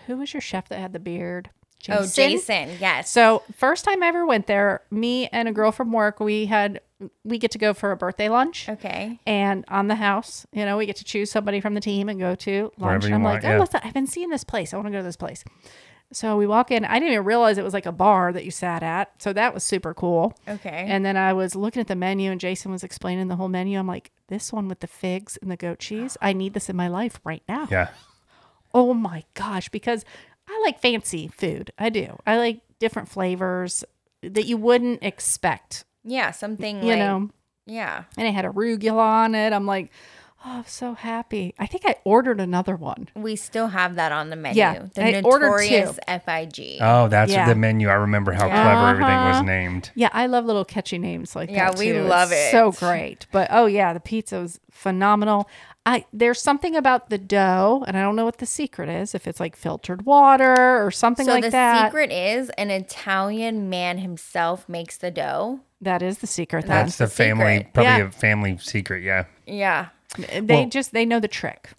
Speaker 3: who was your chef that had the beard?
Speaker 4: Oh, Jason, yes.
Speaker 3: So first time I ever went there, me and a girl from work, we had we get to go for a birthday lunch.
Speaker 4: okay.
Speaker 3: And on the house, you know, we get to choose somebody from the team and go to lunch.
Speaker 2: Wherever
Speaker 3: And
Speaker 2: you
Speaker 3: I'm
Speaker 2: want,
Speaker 3: like,
Speaker 2: yeah.
Speaker 3: oh, let's, I've been seeing this place. I want to go to this place. So we walk in. I didn't even realize it was like a bar that you sat at. So that was super cool.
Speaker 4: Okay.
Speaker 3: And then I was looking at the menu and Jason was explaining the whole menu. I'm like, this one with the figs and the goat cheese, I need this in my life right now.
Speaker 2: Yeah.
Speaker 3: Oh my gosh, because I like fancy food. I do. I like different flavors that you wouldn't expect,
Speaker 4: yeah, something
Speaker 3: you
Speaker 4: like
Speaker 3: know.
Speaker 4: yeah.
Speaker 3: And it had arugula on it. I'm like, oh, I'm so happy. I think I ordered another one.
Speaker 4: We still have that on the menu.
Speaker 3: Yeah,
Speaker 4: the
Speaker 3: I ordered two.
Speaker 4: notorious FIG.
Speaker 2: Oh, that's
Speaker 3: Yeah.
Speaker 2: the menu. I remember how clever everything
Speaker 3: Uh-huh.
Speaker 2: was named.
Speaker 3: Yeah, I love little catchy names like
Speaker 4: Yeah,
Speaker 3: that.
Speaker 4: we
Speaker 3: too. It's
Speaker 4: love it.
Speaker 3: So great. But oh yeah, the pizza was phenomenal. I there's something about the dough, and I don't know what the secret is, if it's like filtered water or something
Speaker 4: so
Speaker 3: like
Speaker 4: the
Speaker 3: that.
Speaker 4: secret is an Italian man himself makes the dough.
Speaker 3: that is the secret then.
Speaker 2: That's the family,
Speaker 4: secret.
Speaker 2: probably
Speaker 3: Yeah.
Speaker 2: a family secret. Yeah.
Speaker 4: Yeah.
Speaker 3: they
Speaker 2: well-
Speaker 3: just they know the trick.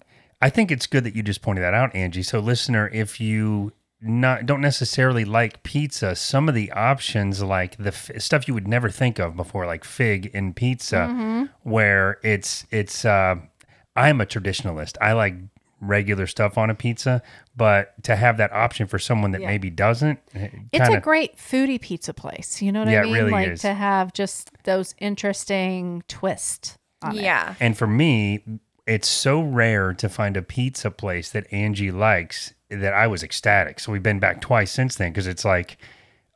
Speaker 2: I think it's good that you just pointed that out, Angie. So, listener, if you not don't necessarily like pizza, some of the options like the f- stuff you would never think of before, like fig in pizza, where it's it's. Uh, I'm a traditionalist. I like regular stuff on a pizza, but to have that option for someone that maybe doesn't, it
Speaker 3: It's
Speaker 2: kinda-
Speaker 3: a great foodie pizza place. You know what
Speaker 2: Yeah,
Speaker 3: I
Speaker 2: it
Speaker 3: mean?
Speaker 2: really
Speaker 3: like
Speaker 2: is.
Speaker 3: to have just those interesting twists on it.
Speaker 4: Yeah.
Speaker 2: And for me, it's so rare to find a pizza place that Angie likes that I was ecstatic. So we've been back twice since then because it's like,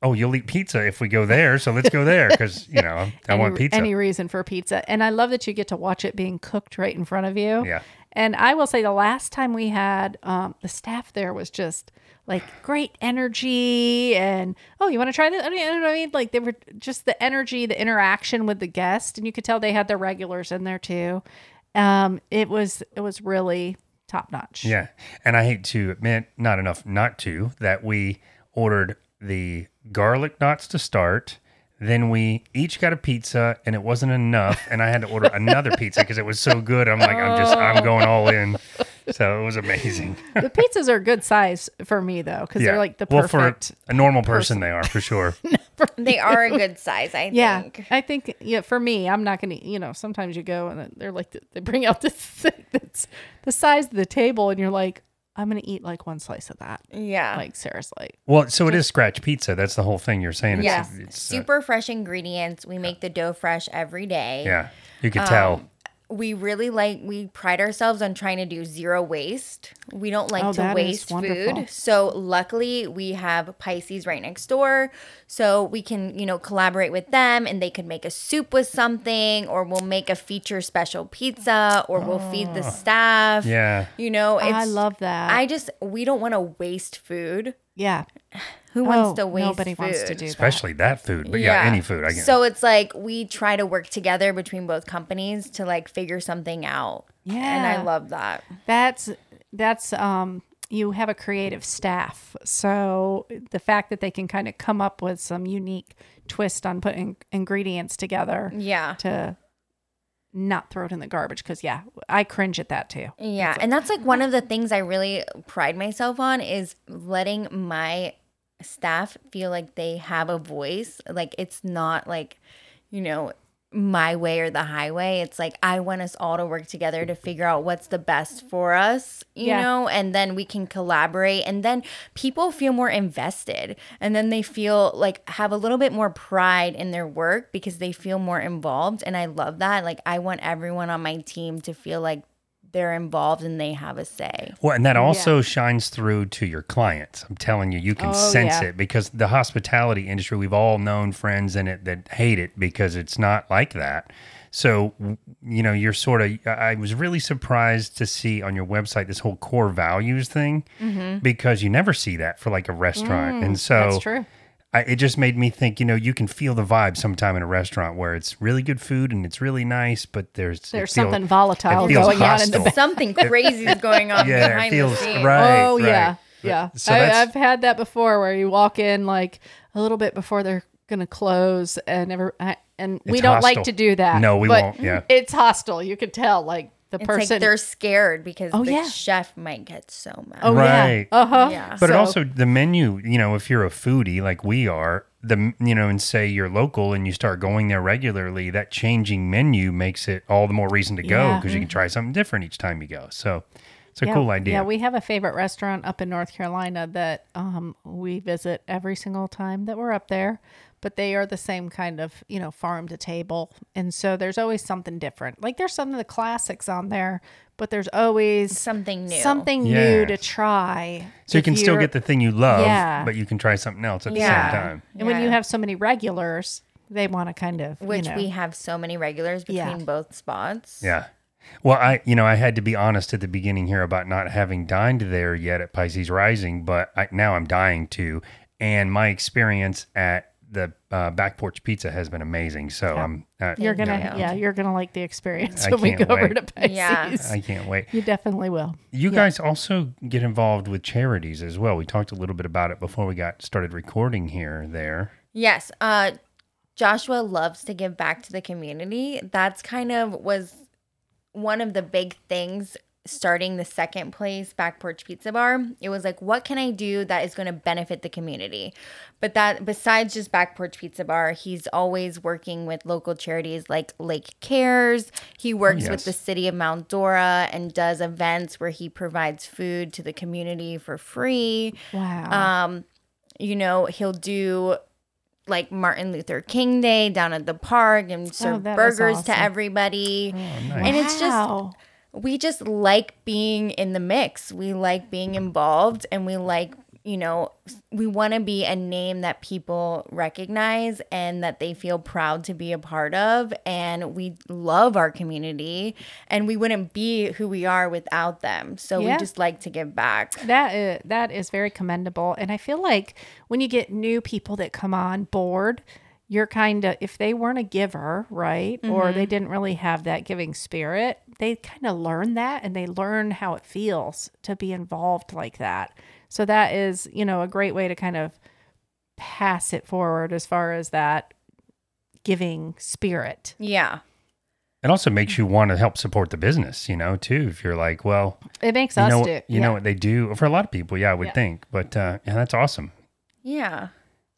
Speaker 2: oh, you'll eat pizza if we go there. So let's go there because, you know, I
Speaker 3: <laughs> any,
Speaker 2: want pizza.
Speaker 3: any reason for pizza. And I love that you get to watch it being cooked right in front of you.
Speaker 2: Yeah.
Speaker 3: And I will say the last time we had um, the staff there was just like great energy and oh you want to try this? I mean, you know what I mean? Like they were just the energy, the interaction with the guest, and you could tell they had their regulars in there too. Um, it was it was really top notch.
Speaker 2: yeah. And I hate to admit, not enough not to, that we ordered the garlic knots to start. Then we each got a pizza and it wasn't enough. And I had to order another pizza because it was so good. I'm like, I'm just,
Speaker 3: Oh.
Speaker 2: I'm going all in. So it was amazing.
Speaker 3: the pizzas are good size for me though because they're like the perfect.
Speaker 2: for a normal person, they are for
Speaker 3: <laughs>
Speaker 2: sure.
Speaker 4: They are a good size, I
Speaker 3: yeah,
Speaker 4: think.
Speaker 3: I think yeah. For me, I'm not gonna. You know, sometimes you go and they're like they bring out <laughs> this thing that's the size of the table, and you're like, I'm gonna eat like one slice of that.
Speaker 4: Yeah.
Speaker 3: Like seriously,
Speaker 2: well, so it is scratch pizza. That's the whole thing you're saying. It's,
Speaker 4: yeah.
Speaker 2: it's, uh,
Speaker 4: Super fresh ingredients. We make the dough fresh every day.
Speaker 2: yeah, uh, you could tell.
Speaker 4: we really like we pride ourselves on trying to do zero waste. We don't like
Speaker 3: Oh,
Speaker 4: to
Speaker 3: that is
Speaker 4: waste
Speaker 3: wonderful.
Speaker 4: food. So luckily we have Pisces right next door, so we can, you know, collaborate with them and they could make a soup with something or we'll make a feature special pizza or we'll feed the staff.
Speaker 2: Yeah.
Speaker 4: You know, it's
Speaker 3: Oh. I love that.
Speaker 4: I just we don't want to waste food.
Speaker 3: yeah.
Speaker 4: Who wants
Speaker 3: Oh,
Speaker 4: to waste
Speaker 3: nobody
Speaker 4: food?
Speaker 3: wants to do
Speaker 2: Especially that food. But yeah, any food I can.
Speaker 4: So it's like we try to work together between both companies to like figure something out. And I
Speaker 3: Yeah.
Speaker 4: love that.
Speaker 3: that. That's that's um you have a creative staff. So the fact that they can kind of come up with some unique twist on putting ingredients together
Speaker 4: Yeah.
Speaker 3: to not throw it in the garbage cuz yeah, I cringe at that too.
Speaker 4: Yeah. And that's like <laughs> one of the things I really pride myself on is letting my staff feel like they have a voice. Like it's not like, you know, my way or the highway. It's like I want us all to work together to figure out what's the best for us, you
Speaker 3: Yeah.
Speaker 4: know, and then we can collaborate and then people feel more invested and then they feel like have a little bit more pride in their work because they feel more involved and I love that. Like I want everyone on my team to feel like they're involved and they have a say.
Speaker 2: Well, and that also shines through to your clients. I'm telling you, you can
Speaker 3: Oh,
Speaker 2: sense
Speaker 3: yeah.
Speaker 2: it because the hospitality industry, we've all known friends in it that hate it because it's not like that. So, w- you know, you're sort of, I I was really surprised to see on your website this whole core values thing because you never see that for like a restaurant. and so,
Speaker 3: Mm-hmm. Mm, That's true.
Speaker 2: I, it just made me think, you know, you can feel the vibe sometime in a restaurant where it's really good food and it's really nice, but there's it
Speaker 3: There's
Speaker 2: feel-
Speaker 3: something volatile
Speaker 2: it feels
Speaker 3: going on in the
Speaker 2: hostile.
Speaker 3: <laughs> back.
Speaker 4: Something crazy is going on
Speaker 2: Yeah, it
Speaker 4: behind
Speaker 2: feels
Speaker 4: the scenes.
Speaker 2: right.
Speaker 3: oh yeah,
Speaker 2: right.
Speaker 3: yeah.
Speaker 2: So
Speaker 3: I,
Speaker 2: that's-
Speaker 3: I've had that before, where you walk in like a little bit before they're gonna close, and ever and we
Speaker 2: It's
Speaker 3: don't
Speaker 2: hostile.
Speaker 3: like to do that.
Speaker 2: No, we
Speaker 3: but
Speaker 2: won't, yeah.
Speaker 3: it's hostile. You can tell, like the
Speaker 4: It's
Speaker 3: person.
Speaker 4: like they're scared because
Speaker 3: Oh,
Speaker 4: the
Speaker 3: yeah.
Speaker 4: chef might get so mad.
Speaker 3: oh
Speaker 2: Right.
Speaker 3: yeah, uh huh.
Speaker 4: Yeah.
Speaker 2: But
Speaker 3: So-
Speaker 2: also the menu, you know, if you're a foodie like we are, the you know, and say you're local and you start going there regularly, that changing menu makes it all the more reason to go
Speaker 3: Yeah. mm-hmm.
Speaker 2: because you can try something different each time you go. So it's a
Speaker 3: yeah,
Speaker 2: cool idea.
Speaker 3: Yeah, we have a favorite restaurant up in North Carolina that um, we visit every single time that we're up there. But they are the same kind of, you know, farm to table. And so there's always something different. Like there's some of the classics on there, but there's always
Speaker 4: Something new.
Speaker 3: something
Speaker 2: Yeah.
Speaker 3: new to try.
Speaker 2: so you
Speaker 3: if
Speaker 2: can still
Speaker 3: you're-
Speaker 2: get the thing you love,
Speaker 3: Yeah.
Speaker 2: but you can try something else at
Speaker 4: Yeah.
Speaker 2: the same time.
Speaker 3: And when you
Speaker 4: Yeah.
Speaker 3: have so many regulars, they want to kind of
Speaker 4: which
Speaker 3: you know,
Speaker 4: we have so many regulars between
Speaker 3: Yeah.
Speaker 4: both spots.
Speaker 2: Yeah. Well, I you know I had to be honest at the beginning here about not having dined there yet at Pisces Rising, but I, now I'm dying to, and my experience at the uh, back porch pizza has been amazing. So I'm uh,
Speaker 3: you're gonna
Speaker 4: Yeah.
Speaker 3: yeah. you're gonna like the experience
Speaker 2: I
Speaker 3: when we go
Speaker 2: can't
Speaker 3: over
Speaker 2: wait.
Speaker 3: to Pisces.
Speaker 4: Yeah.
Speaker 2: I can't wait.
Speaker 3: You definitely will.
Speaker 2: You guys also get involved with charities as well. We talked a little bit about it before we got started recording here. There,
Speaker 4: Yes. Uh, Joshua loves to give back to the community. That's kind of was one of the big things starting the second place back porch pizza bar it was like what can i do that is going to benefit the community but that besides just back porch pizza bar he's always working with local charities like lake cares he works
Speaker 2: yes.
Speaker 4: with the city of mount dora and does events where he provides food to the community for free
Speaker 3: Wow.
Speaker 4: um, you know, he'll do like Martin Luther King Day down at the park and serve
Speaker 3: Oh, that is
Speaker 4: burgers
Speaker 3: awesome.
Speaker 4: to everybody.
Speaker 2: Oh, nice.
Speaker 4: And it's just
Speaker 3: Wow.
Speaker 4: we just like being in the mix. We like being involved and we like, you know, we want to be a name that people recognize and that they feel proud to be a part of and we love our community and we wouldn't be who we are without them. So
Speaker 3: Yeah.
Speaker 4: we just like to give back.
Speaker 3: That is, that is very commendable. And I feel like when you get new people that come on board, you're kind of, if they weren't a giver, right? Or they didn't really have that giving spirit, they kind of learn that and they learn how it feels to be involved like that. So that is, you know, a great way to kind of pass it forward as far as that giving spirit.
Speaker 4: Yeah.
Speaker 2: it also makes you want to help support the business. You know, too, if you're like, well,
Speaker 3: It makes
Speaker 2: you
Speaker 3: us
Speaker 2: know,
Speaker 3: do.
Speaker 2: what, you know what they do for a lot of people. Yeah, I would think. But uh, yeah, that's awesome.
Speaker 4: Yeah.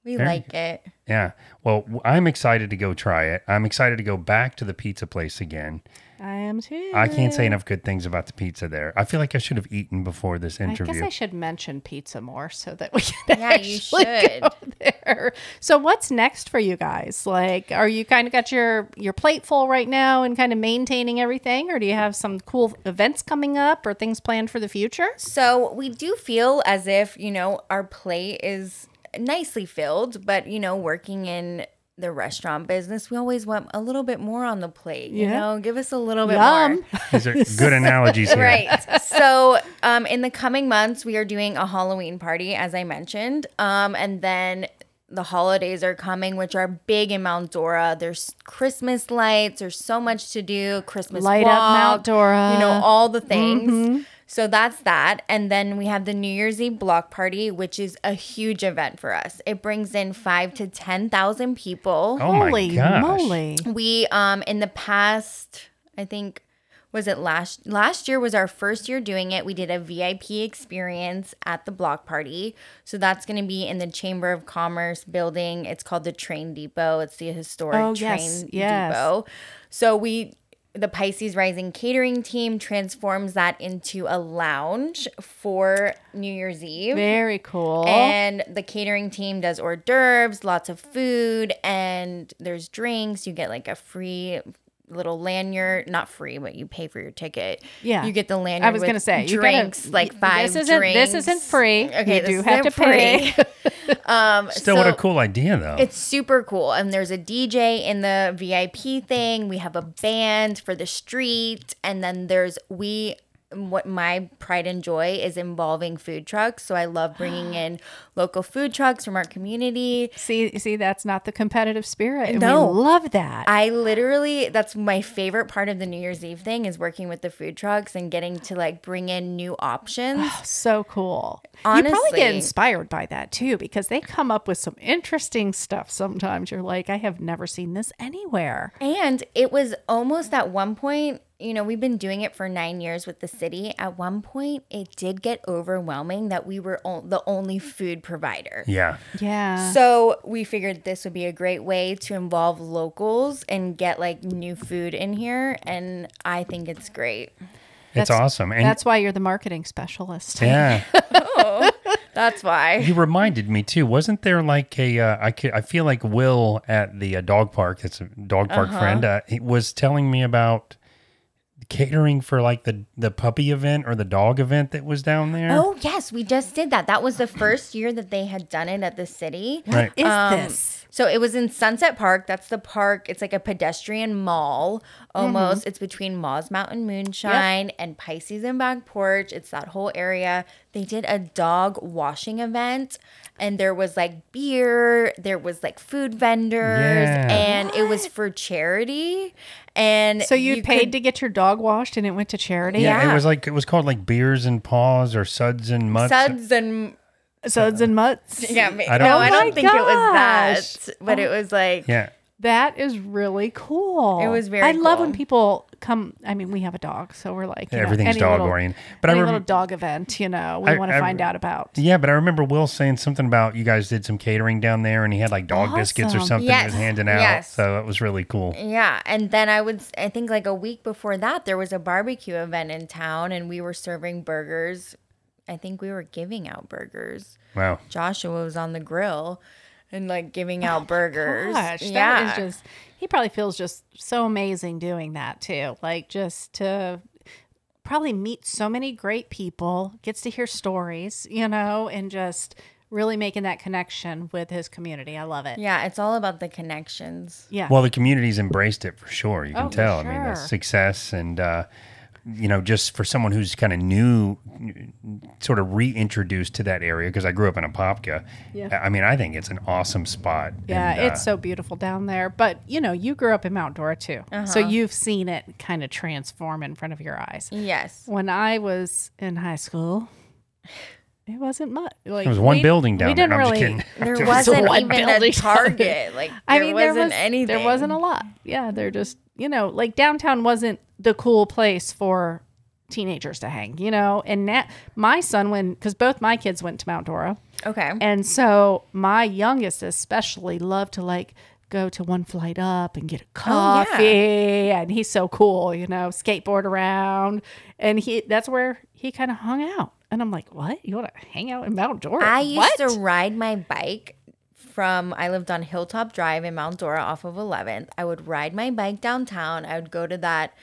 Speaker 4: We
Speaker 2: Very
Speaker 4: like it.
Speaker 2: Yeah. Well, w- I'm excited to go try it. I'm excited to go back to the pizza place again.
Speaker 3: I am too.
Speaker 2: I can't say enough good things about the pizza there. I feel like I should have eaten before this
Speaker 3: I guess
Speaker 2: interview.
Speaker 3: I should mention pizza more so that we can
Speaker 4: Yeah, <laughs> you
Speaker 3: actually
Speaker 4: should.
Speaker 3: go <laughs> there. So what's next for you guys? Like, are you kind of got your your plate full right now and kind of maintaining everything, or do you have some cool events coming up or things planned for the future?
Speaker 4: So we do feel as if, you know, our plate is nicely filled, but, you know, working in the restaurant business, we always want a little bit more on the plate. You
Speaker 3: Yeah.
Speaker 4: know, give us a little bit
Speaker 3: Yum.
Speaker 4: more.
Speaker 2: These are
Speaker 3: <laughs>
Speaker 2: good analogies here.
Speaker 4: Right. so, um, in the coming months, we are doing a Halloween party, as I mentioned. Um, and then the holidays are coming, which are big in Mount Dora. There's Christmas lights. There's so much to do. Christmas
Speaker 3: Light up Mount
Speaker 4: walk,
Speaker 3: Dora. Mm-hmm.
Speaker 4: You know all the things. So that's that. And then we have the New Year's Eve block party, which is a huge event for us. It brings in five to ten thousand people
Speaker 2: Oh
Speaker 3: Holy
Speaker 2: my gosh.
Speaker 3: moly!
Speaker 4: we um in the past i think was it last last year was our first year doing it we did a vip experience at the block party so that's going to be in the chamber of commerce building it's called the train depot it's the historic
Speaker 3: Oh,
Speaker 4: train
Speaker 3: yes, yes.
Speaker 4: depot so we the pisces rising catering team transforms that into a lounge for new year's eve
Speaker 3: Very cool.
Speaker 4: and the catering team does hors d'oeuvres, lots of food, and there's drinks. You get like a free little lanyard, not free, but you pay for your ticket.
Speaker 3: Yeah.
Speaker 4: you get the lanyard.
Speaker 3: I was
Speaker 4: with
Speaker 3: gonna say you gotta-
Speaker 4: drinks, like
Speaker 3: y-
Speaker 4: five.
Speaker 3: This isn't
Speaker 4: drinks.
Speaker 3: this isn't free.
Speaker 4: Okay,
Speaker 3: you
Speaker 4: this
Speaker 3: do have to
Speaker 4: isn't
Speaker 3: pay.
Speaker 4: free. <laughs> um,
Speaker 2: Still,
Speaker 4: so
Speaker 2: what a cool idea, though.
Speaker 4: It's super cool, and there's a DJ in the VIP thing. We have a band for the street, and then there's we. What my pride and joy is involving food trucks, so I love bringing in local food trucks from our community.
Speaker 3: see, see, that's not the competitive spirit. and
Speaker 4: No.
Speaker 3: we love that.
Speaker 4: I literally that's my favorite part of the New Year's Eve thing is working with the food trucks and getting to like bring in new options.
Speaker 3: So cool. you probably get
Speaker 4: Honestly.
Speaker 3: inspired by that too because they come up with some interesting stuff sometimes. You're like, I have never seen this anywhere.
Speaker 4: And it was almost at one point, you know, we've been doing it for nine years with the city. At one point, it did get overwhelming that we were o- the only food provider.
Speaker 2: yeah.
Speaker 3: Yeah.
Speaker 4: So we figured this would be a great way to involve locals and get like new food in here. And I think it's great.
Speaker 2: It's awesome. And
Speaker 3: That's why you're the marketing
Speaker 2: <laughs>
Speaker 3: specialist.
Speaker 2: yeah.
Speaker 3: <laughs>
Speaker 4: That's why.
Speaker 2: You reminded me too. Wasn't there like a? Uh, I could, I feel like Will at the uh, dog park. It's a dog park
Speaker 3: Uh-huh.
Speaker 2: friend. Uh, he was telling me about catering for like the the puppy event or the dog event that was down there.
Speaker 4: Oh, yes, we just did that. That was the first year that they had done it at the city.
Speaker 2: right.
Speaker 3: Is
Speaker 4: Um,
Speaker 3: this?
Speaker 4: So it was in Sunset Park. That's the park. It's like a pedestrian mall
Speaker 3: Mm-hmm.
Speaker 4: almost. It's between Moss Mountain Moonshine and Pisces and Back Porch. It's that whole area. They did a dog washing event and there was like beer, there was like food vendors,
Speaker 2: Yeah.
Speaker 4: and it was for charity. And
Speaker 3: eh, So you, paid
Speaker 4: could-
Speaker 3: to get your dog washed and it went to charity.
Speaker 2: yeah,
Speaker 4: yeah.
Speaker 2: It was like it was called like beers and paws or suds and mutts.
Speaker 4: suds and
Speaker 3: Suds
Speaker 2: uh,
Speaker 3: and mutts.
Speaker 4: <laughs> yeah, ma-
Speaker 2: I don't-
Speaker 4: no,
Speaker 2: Oh
Speaker 4: I
Speaker 3: my
Speaker 4: don't think it was
Speaker 3: gosh.
Speaker 4: that, but it was like
Speaker 2: Yeah.
Speaker 3: That is really cool.
Speaker 4: It was very
Speaker 3: I love
Speaker 4: cool.
Speaker 3: when people come. I mean, we have a dog, so we're like you know,
Speaker 2: Everything's
Speaker 3: any little-
Speaker 2: dog oriented. But I
Speaker 3: Any
Speaker 2: rem-
Speaker 3: little dog event, you know, we
Speaker 2: I-
Speaker 3: want
Speaker 2: I-
Speaker 3: to find out about.
Speaker 2: Yeah, but I remember Will saying something about you guys did some catering down there, and he had like dog biscuits or
Speaker 3: Awesome.
Speaker 2: something
Speaker 4: Yes.
Speaker 2: he was handing out.
Speaker 4: Yes.
Speaker 2: So it was really cool.
Speaker 4: Yeah, and then I would s- I think like a week before that there was a barbecue event in town and we were serving burgers. I think we were giving out burgers.
Speaker 2: Wow.
Speaker 4: Joshua was on the grill and like giving out burgers.
Speaker 3: Oh Gosh,
Speaker 4: yeah.
Speaker 3: that is just he probably feels just so amazing doing that too. Like just to probably meet so many great people, gets to hear stories, you know, and just really making that connection with his community. I love it.
Speaker 4: yeah, it's all about the connections.
Speaker 3: Yeah.
Speaker 2: Well, the community's embraced it for sure. You can
Speaker 3: Oh, for
Speaker 2: tell. I mean, the
Speaker 3: sure.
Speaker 2: success and, uh, you know, just for someone who's kind of new, sort of reintroduced to that area, because I grew up in Apopka. Yeah. I mean, I think it's an awesome spot.
Speaker 3: yeah,
Speaker 2: And, uh,
Speaker 3: it's so beautiful down there. But you know, you grew up in Mount Dora too,
Speaker 4: Uh-huh.
Speaker 3: so you've seen it kind of transform in front of your eyes.
Speaker 4: Yes.
Speaker 3: when I was in high school, it wasn't much. Like
Speaker 2: There was one building down
Speaker 3: we
Speaker 2: there.
Speaker 3: Didn't
Speaker 2: No, I'm just
Speaker 3: really,
Speaker 2: kidding.
Speaker 4: There
Speaker 2: Just-
Speaker 4: wasn't
Speaker 3: one
Speaker 4: even a
Speaker 3: building. <laughs>
Speaker 4: target. Like there
Speaker 3: I mean,
Speaker 4: wasn't
Speaker 3: there was
Speaker 4: anything.
Speaker 3: There wasn't a lot. Yeah, they're just you know, like downtown wasn't the cool place for teenagers to hang. You know, and now my son went because both my kids went to Mount Dora,
Speaker 4: Okay.
Speaker 3: and so my youngest especially loved to like go to one flight up and get a
Speaker 4: Oh,
Speaker 3: coffee and he's so cool you know skateboard around and he that's where he kind of hung out and i'm like what you want to hang out in mount dora
Speaker 4: I used
Speaker 3: What?"
Speaker 4: to ride my bike from I lived on Hilltop Drive in Mount Dora off of 11th. I would ride my bike downtown. I would go to that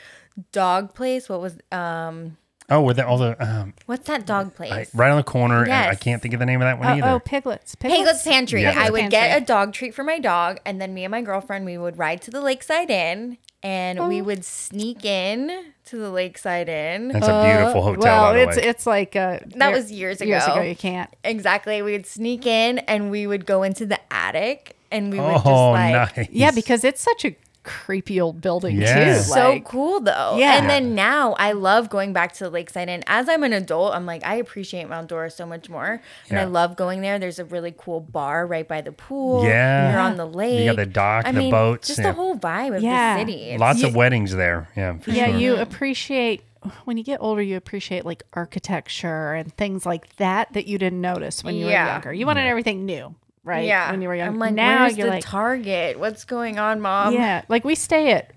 Speaker 4: dog place. What was um
Speaker 2: Oh, with all the um,
Speaker 4: what's that dog place?
Speaker 2: I- right on the corner, and I
Speaker 4: Yes.
Speaker 2: can't think of the name of that one
Speaker 3: Uh,
Speaker 2: either.
Speaker 3: oh piglets piglets
Speaker 4: Piglet's Pantry.
Speaker 2: Yeah.
Speaker 4: I would get
Speaker 3: Pantry.
Speaker 4: a dog treat for my dog, and then me and my girlfriend we would ride to the Lakeside Inn, and
Speaker 3: Oh.
Speaker 4: we would sneak in to the Lakeside Inn.
Speaker 3: Oh.
Speaker 2: That's a beautiful hotel.
Speaker 3: Uh, well
Speaker 2: by the
Speaker 3: it's
Speaker 2: way.
Speaker 3: it's like uh
Speaker 4: That was years
Speaker 3: years ago
Speaker 4: ago.
Speaker 3: you can't
Speaker 4: Exactly. We would sneak in, and we would go into the attic, and we would just
Speaker 2: oh,
Speaker 4: like
Speaker 2: nice.
Speaker 3: yeah because it's such a creepy old building
Speaker 2: Yeah.
Speaker 3: too
Speaker 4: so
Speaker 3: like-
Speaker 4: cool though.
Speaker 3: Yeah.
Speaker 4: And then now I love going back to Lakeside. And as I'm an adult, I'm like, I appreciate Mount Dora so much more. And I
Speaker 2: Yeah.
Speaker 4: love going there. There's a really cool bar right by the pool.
Speaker 2: Yeah.
Speaker 4: You're on the lake.
Speaker 2: the dock,
Speaker 4: I
Speaker 2: the
Speaker 4: mean,
Speaker 2: boats,
Speaker 4: Just
Speaker 2: yeah.
Speaker 4: the whole vibe of
Speaker 3: Yeah.
Speaker 4: the city. It's-
Speaker 2: Lots of weddings there. Yeah, for
Speaker 3: yeah
Speaker 2: sure.
Speaker 3: you appreciate when you get older you appreciate like architecture and things like that that you didn't notice when you were
Speaker 4: Yeah.
Speaker 3: younger you wanted everything new right
Speaker 4: Yeah.
Speaker 3: when you were younger
Speaker 4: I'm like,
Speaker 3: now
Speaker 4: where's
Speaker 3: you're
Speaker 4: the
Speaker 3: like
Speaker 4: Target? What's going on, mom?
Speaker 3: yeah like we stay at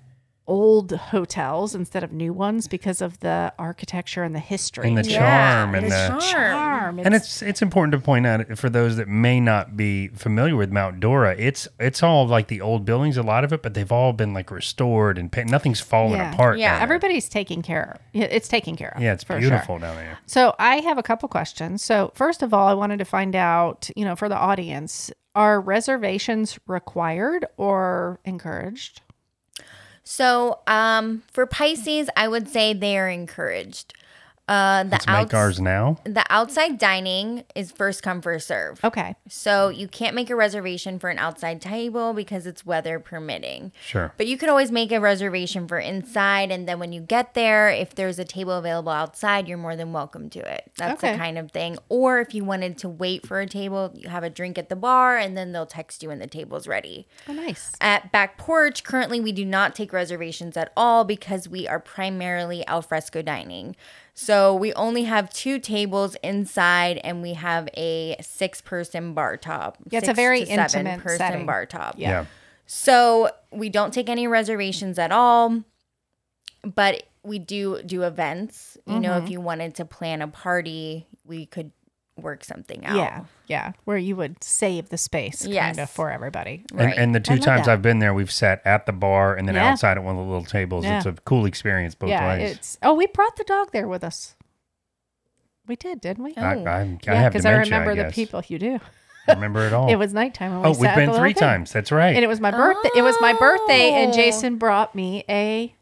Speaker 3: old hotels instead of new ones because of the architecture and the history
Speaker 2: and the
Speaker 4: Yeah,
Speaker 2: charm and
Speaker 4: the
Speaker 2: the
Speaker 4: charm.
Speaker 3: charm
Speaker 2: and it's it's important to point out for those that may not be familiar with Mount Dora, it's it's all like the old buildings, a lot of it, but they've all been like restored and pa- nothing's fallen
Speaker 3: Yeah.
Speaker 2: apart.
Speaker 4: Yeah,
Speaker 2: down there.
Speaker 3: everybody's taking care of yeah, it's taken care of
Speaker 2: yeah, it's
Speaker 3: for sure.
Speaker 2: beautiful down there.
Speaker 3: So I have a couple questions. So first of all, I wanted to find out, you know, for the audience, are reservations required or encouraged?
Speaker 4: So um, for Pisces, I would say they are encouraged. Uh, the,
Speaker 2: Let's
Speaker 4: outs-
Speaker 2: make ours now.
Speaker 4: the outside dining is first come, first serve.
Speaker 3: Okay.
Speaker 4: So you can't make a reservation for an outside table because it's weather permitting.
Speaker 2: Sure.
Speaker 4: But you can always make a reservation for inside. And then when you get there, if there's a table available outside, you're more than welcome to it. That's
Speaker 3: Okay.
Speaker 4: the kind of thing. Or if you wanted to wait for a table, you have a drink at the bar and then they'll text you when the table's ready.
Speaker 3: Oh, nice.
Speaker 4: At Back Porch, currently we do not take reservations at all because we are primarily alfresco dining. So we only have two tables inside and we have a six person bar top.
Speaker 3: Yeah, it's a
Speaker 4: six
Speaker 3: very
Speaker 4: to seven
Speaker 3: intimate
Speaker 4: person
Speaker 3: setting.
Speaker 4: bar top.
Speaker 3: Yeah.
Speaker 2: yeah.
Speaker 4: So we don't take any reservations at all, but we do do events. You know,
Speaker 3: Mm-hmm.
Speaker 4: if you wanted to plan a party, we could work something out.
Speaker 3: Yeah. Yeah. Where you would save the space
Speaker 4: Yes.
Speaker 3: kind of for everybody.
Speaker 4: Right.
Speaker 2: And, and the
Speaker 3: I
Speaker 2: two
Speaker 3: love
Speaker 2: times
Speaker 3: that.
Speaker 2: I've been there, we've sat at the bar and then
Speaker 3: Yeah.
Speaker 2: outside at one of the little tables.
Speaker 3: Yeah.
Speaker 2: It's a cool experience both
Speaker 3: yeah.
Speaker 2: ways.
Speaker 3: It's oh, we brought the dog there with us. We did, didn't we?
Speaker 2: I,
Speaker 4: Oh.
Speaker 2: I, I
Speaker 3: yeah,
Speaker 2: have
Speaker 3: I
Speaker 2: dementia.
Speaker 3: remember the
Speaker 2: guess.
Speaker 3: people you do.
Speaker 2: I remember
Speaker 3: <laughs>
Speaker 2: it all.
Speaker 3: It was nighttime. When
Speaker 2: oh,
Speaker 3: we
Speaker 2: we've
Speaker 3: sat at
Speaker 2: been
Speaker 3: the
Speaker 2: three
Speaker 3: little thing.
Speaker 2: times. That's right.
Speaker 3: And it was my birthday. It was my birthday, and
Speaker 4: Oh.
Speaker 3: Jason brought me a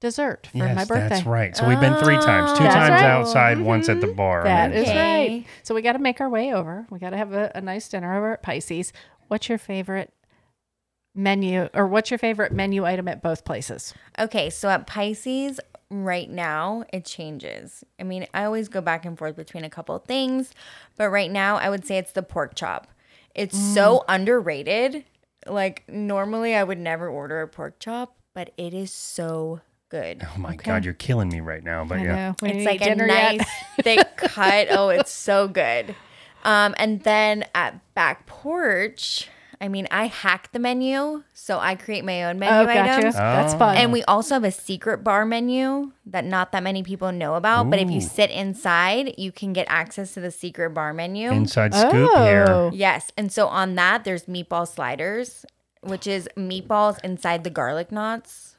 Speaker 3: dessert for
Speaker 2: yes,
Speaker 3: my birthday. Oh,
Speaker 2: That's right. So we've been three times. Two
Speaker 3: That's
Speaker 2: times
Speaker 3: right. Mm-hmm.
Speaker 2: outside, once at the bar. and
Speaker 3: That
Speaker 2: then
Speaker 3: is
Speaker 2: inside.
Speaker 3: right.
Speaker 4: Okay.
Speaker 3: So we got to make our way over. We got to have a, a nice dinner over at Pisces. What's your favorite menu or what's your favorite menu item at both places?
Speaker 4: Okay, so at Pisces right now, it changes. I mean, I always go back and forth between a couple of things, but right now I would say it's the pork chop. It's so
Speaker 3: Mm.
Speaker 4: underrated. Like normally I would never order a pork chop, but it is so
Speaker 3: <laughs>
Speaker 4: good.
Speaker 2: Oh my God, you're killing me right now. But
Speaker 3: I
Speaker 2: yeah.
Speaker 3: know. We
Speaker 4: It's
Speaker 3: didn't
Speaker 4: like
Speaker 3: eat
Speaker 4: a
Speaker 3: dinner yet.
Speaker 4: nice thick cut. Oh, it's so good. Um, and then at back porch, I mean, I hack the menu, so I create my own menu
Speaker 3: <laughs> Oh, gotcha.
Speaker 4: items.
Speaker 3: That's
Speaker 2: Oh.
Speaker 3: fun.
Speaker 4: And we also have a secret bar menu that not that many people know about. But if
Speaker 2: Ooh.
Speaker 4: you sit inside, you can get access to the secret bar
Speaker 3: Oh.
Speaker 4: menu.
Speaker 2: Inside scoop here.
Speaker 4: yes. And so on that, there's meatball sliders, which is meatballs inside the garlic knots.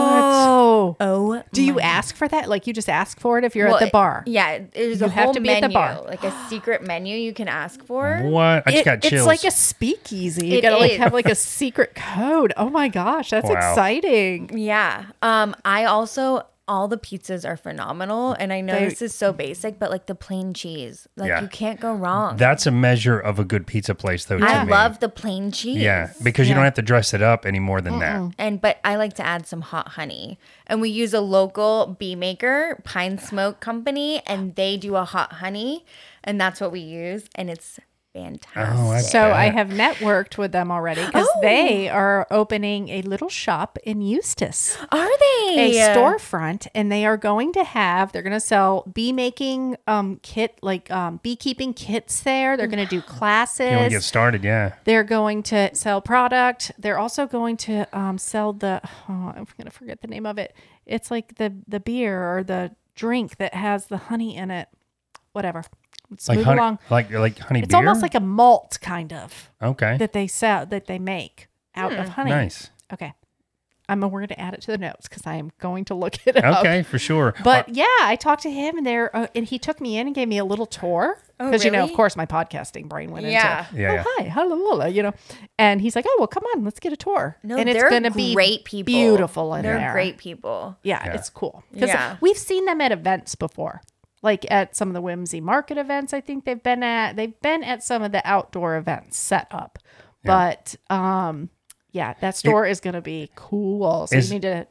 Speaker 3: Oh.
Speaker 4: Oh,
Speaker 3: Do you ask for that? Like you just ask for it if you're at the bar.
Speaker 4: Yeah, there's
Speaker 3: You
Speaker 4: a
Speaker 3: have
Speaker 4: whole
Speaker 3: to be
Speaker 4: menu,
Speaker 3: at the bar.
Speaker 4: like a
Speaker 3: <gasps>
Speaker 4: secret menu you can ask for.
Speaker 2: What? I just
Speaker 3: It-
Speaker 2: got chills.
Speaker 3: It's like a speakeasy. You
Speaker 4: It
Speaker 3: gotta like
Speaker 4: is.
Speaker 3: have <laughs> like a secret code. Oh my gosh, that's
Speaker 2: Wow.
Speaker 3: exciting.
Speaker 4: Yeah. Um, I also all the pizzas are phenomenal, and I know
Speaker 3: They-
Speaker 4: this is so basic, but like the plain cheese, like
Speaker 2: Yeah.
Speaker 4: you can't go wrong.
Speaker 2: That's a measure of a good pizza place, though.
Speaker 4: I
Speaker 2: to me.
Speaker 4: love the plain cheese.
Speaker 2: Yeah, because you don't have to dress it up any more than that.
Speaker 4: And but I like to add some hot honey. And we use a local bee maker, Pine Smoke Company, and they do a hot honey, and that's what we use, and it's Fantastic.
Speaker 2: Oh, I
Speaker 3: So I
Speaker 2: bet.
Speaker 3: have networked with them already because
Speaker 4: Oh.
Speaker 3: they are opening a little shop in Eustis.
Speaker 4: Are they
Speaker 3: a storefront and they are going to have they're going to sell bee making um kit like um beekeeping kits there they're going to do
Speaker 2: You want to
Speaker 3: classes
Speaker 2: get started, yeah.
Speaker 3: they're going to sell product they're also going to um sell the <sighs> oh, i'm going to forget the name of it it's like the the beer or the drink that has the honey in it whatever it's
Speaker 2: Like
Speaker 3: move
Speaker 2: honey,
Speaker 3: along
Speaker 2: like like honey
Speaker 3: it's
Speaker 2: beer.
Speaker 3: almost like a malt kind of
Speaker 2: okay,
Speaker 3: that they sell that they make out of honey <laughs>
Speaker 2: nice.
Speaker 3: okay i'm we're going to add it to the notes because i am going to look it up
Speaker 2: Okay, for sure.
Speaker 3: but yeah, I talked to him and there, uh, and he took me in and gave me a little tour
Speaker 4: Oh,
Speaker 3: because you know, of
Speaker 4: really?
Speaker 3: course, my podcasting brain went
Speaker 4: Yeah.
Speaker 3: into.
Speaker 2: Yeah, yeah.
Speaker 3: Oh, hi, hello, Lola, you know, and he's like, "Oh, well, come on, let's get a tour."
Speaker 4: No,
Speaker 3: and
Speaker 4: they're
Speaker 3: gonna
Speaker 4: great people.
Speaker 3: beautiful in
Speaker 4: They're
Speaker 3: there.
Speaker 4: great people.
Speaker 3: Yeah,
Speaker 2: Yeah.
Speaker 3: it's cool because
Speaker 4: Yeah.
Speaker 3: we've seen them at events before, like at some of the whimsy market events. I think they've been at. They've been at some of the outdoor events set up, but um, yeah, that store is going to be cool. So
Speaker 2: Is-
Speaker 3: you need to.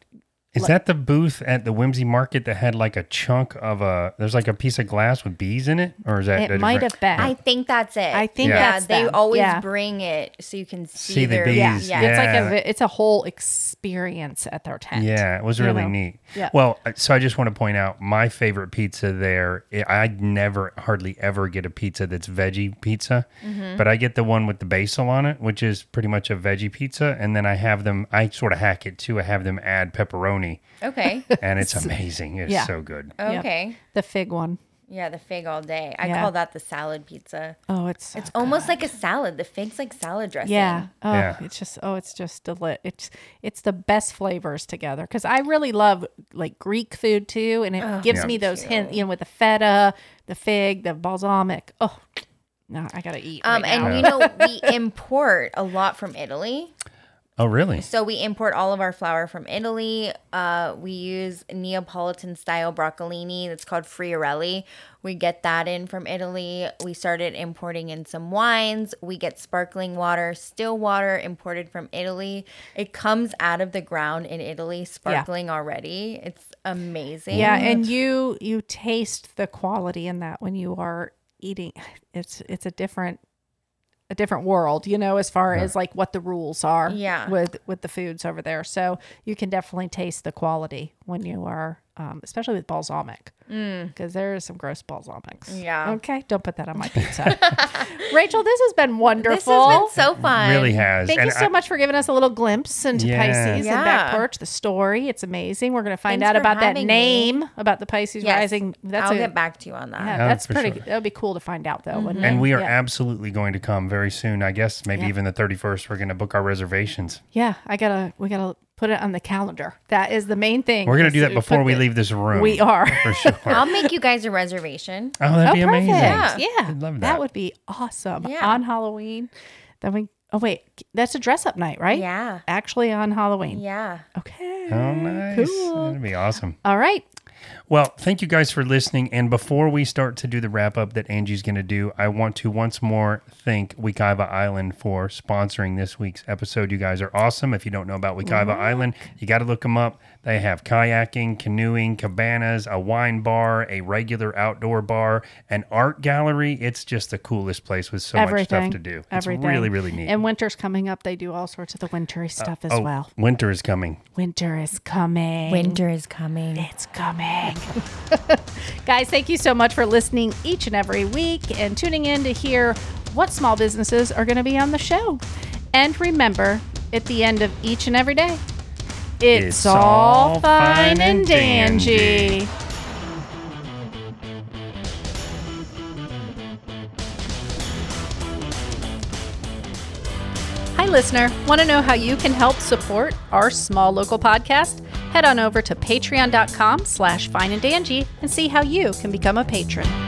Speaker 2: Is that the booth at the Whimsy Market that had like a chunk of a? There's like a piece of glass with bees in it, or is that? a
Speaker 3: It might
Speaker 2: different-
Speaker 3: have been.
Speaker 4: I think that's it.
Speaker 3: I think
Speaker 2: Yeah.
Speaker 4: yeah,
Speaker 3: that's
Speaker 4: they
Speaker 3: them.
Speaker 4: always
Speaker 3: Yeah.
Speaker 4: bring it so you can see,
Speaker 2: See the
Speaker 4: their
Speaker 2: bees,
Speaker 3: Yeah.
Speaker 2: Yeah.
Speaker 3: It's like
Speaker 2: Yeah.
Speaker 3: a vi- it's a whole experience at their tent.
Speaker 2: Yeah, it was
Speaker 3: you
Speaker 2: really
Speaker 3: know?
Speaker 2: neat.
Speaker 3: Yeah.
Speaker 2: Well, uh, so I just want to point out my favorite pizza there. I I never, hardly ever get a pizza that's veggie pizza,
Speaker 3: Mm-hmm.
Speaker 2: but I get the one with the basil on it, which is pretty much a veggie pizza. And then I have them, I sort of hack it too. I have them add pepperoni,
Speaker 3: <laughs>
Speaker 4: Okay.
Speaker 2: and it's amazing. It's
Speaker 3: Yeah. Uh,
Speaker 2: so good.
Speaker 4: Okay.
Speaker 3: The fig one.
Speaker 4: Yeah, the fig all day. I
Speaker 3: Yeah.
Speaker 4: call that the salad pizza.
Speaker 3: Oh, it's so
Speaker 4: It's almost like a salad. The fig's like salad
Speaker 3: good.
Speaker 4: dressing.
Speaker 3: yeah. Oh,
Speaker 2: Yeah.
Speaker 3: it's just oh, it's just deli- it's it's the best flavors together because I really love like Greek food too, and it
Speaker 4: Oh,
Speaker 3: gives
Speaker 2: Yeah.
Speaker 3: me those hints, you know, with the feta, the fig, the balsamic. Oh, no, I gotta eat.
Speaker 4: Um,
Speaker 3: right
Speaker 4: and
Speaker 3: now.
Speaker 4: you know
Speaker 3: <laughs>
Speaker 4: we import a lot from Italy,
Speaker 2: Oh, really?
Speaker 4: so we import all of our flour from Italy. Uh, we use Neapolitan style broccolini that's called friarelli. We get that in from Italy. We started importing in some wines. We get sparkling water, still water imported from Italy. It comes out of the ground in Italy, sparkling already. It's amazing.
Speaker 3: yeah, and you you taste the quality in that when you are eating. <sighs> It's it's a different a different world, you know, as far as like what the rules are
Speaker 4: Yeah.
Speaker 3: with with the foods over there. So you can definitely taste the quality when you are, um, especially with balsamic, because there is some gross balsamics.
Speaker 4: Yeah.
Speaker 3: Okay, don't put that on my pizza. <laughs> Rachel, this has been wonderful.
Speaker 4: This has been so fun.
Speaker 2: really has.
Speaker 3: Um, Thank
Speaker 2: And
Speaker 3: you so
Speaker 2: I-
Speaker 3: much for giving us a little glimpse into
Speaker 2: Yeah.
Speaker 3: Pisces and Back
Speaker 4: Yeah.
Speaker 3: Porch, the story. It's amazing. We're going to find
Speaker 4: Thanks
Speaker 3: out
Speaker 4: for
Speaker 3: about that
Speaker 4: having me.
Speaker 3: name, about the Pisces
Speaker 4: Yes.
Speaker 3: rising. That's
Speaker 4: I'll
Speaker 3: a,
Speaker 4: get back to you on that.
Speaker 3: yeah,
Speaker 2: Oh,
Speaker 3: that's
Speaker 2: for
Speaker 3: pretty.
Speaker 2: sure.
Speaker 3: That would be cool to find out, though. Wouldn't it?
Speaker 2: And we are
Speaker 3: yeah.
Speaker 2: absolutely going to come very soon. I guess maybe even the 31st, we're going to book our reservations.
Speaker 3: yeah, I gotta. We gotta put it on the calendar. That is the main thing.
Speaker 2: We're going
Speaker 3: is
Speaker 2: to do that
Speaker 3: put
Speaker 2: before we
Speaker 3: the-
Speaker 2: leave this room.
Speaker 3: We are.
Speaker 2: For sure.
Speaker 4: I'll make you guys a reservation.
Speaker 2: Oh, that'd
Speaker 3: <laughs> Oh,
Speaker 2: be
Speaker 3: perfect.
Speaker 2: amazing.
Speaker 3: Yeah,
Speaker 2: I'd love that.
Speaker 3: would be awesome
Speaker 4: Yeah.
Speaker 3: on Halloween. Then we. Oh wait, that's a dress up night, right?
Speaker 4: Yeah.
Speaker 3: Actually, on Halloween.
Speaker 4: Yeah.
Speaker 3: Okay.
Speaker 2: Oh, nice.
Speaker 3: Cool.
Speaker 2: That'd be awesome.
Speaker 3: All right.
Speaker 2: Well, thank you guys for listening. And before we start to do the wrap up that Angie's going to do, I want to once more thank Wekiva Island for sponsoring this week's episode. You guys are awesome. If you don't know about Wekiva Island, you got to look them up. They have kayaking, canoeing, cabanas, a wine bar, a regular outdoor bar, an art gallery. It's just the coolest place with so much stuff
Speaker 3: everything
Speaker 2: to do.
Speaker 3: Everything.
Speaker 2: It's really, really neat.
Speaker 3: And winter's coming up. They do all sorts of the wintry stuff as
Speaker 2: oh,
Speaker 3: well.
Speaker 2: winter is coming.
Speaker 3: Winter is coming.
Speaker 4: is coming.
Speaker 3: It's coming. <laughs> Guys, thank you so much for listening each and every week and tuning in to hear what small businesses are going to be on the show. And remember, at the end of each and every day, it's,
Speaker 2: It's
Speaker 3: all,
Speaker 2: all
Speaker 3: fine and dandy. Hi, listener. Want to know how you can help support our small local podcast? Head on over to patreon.com slash fine and dangy and see how you can become a patron.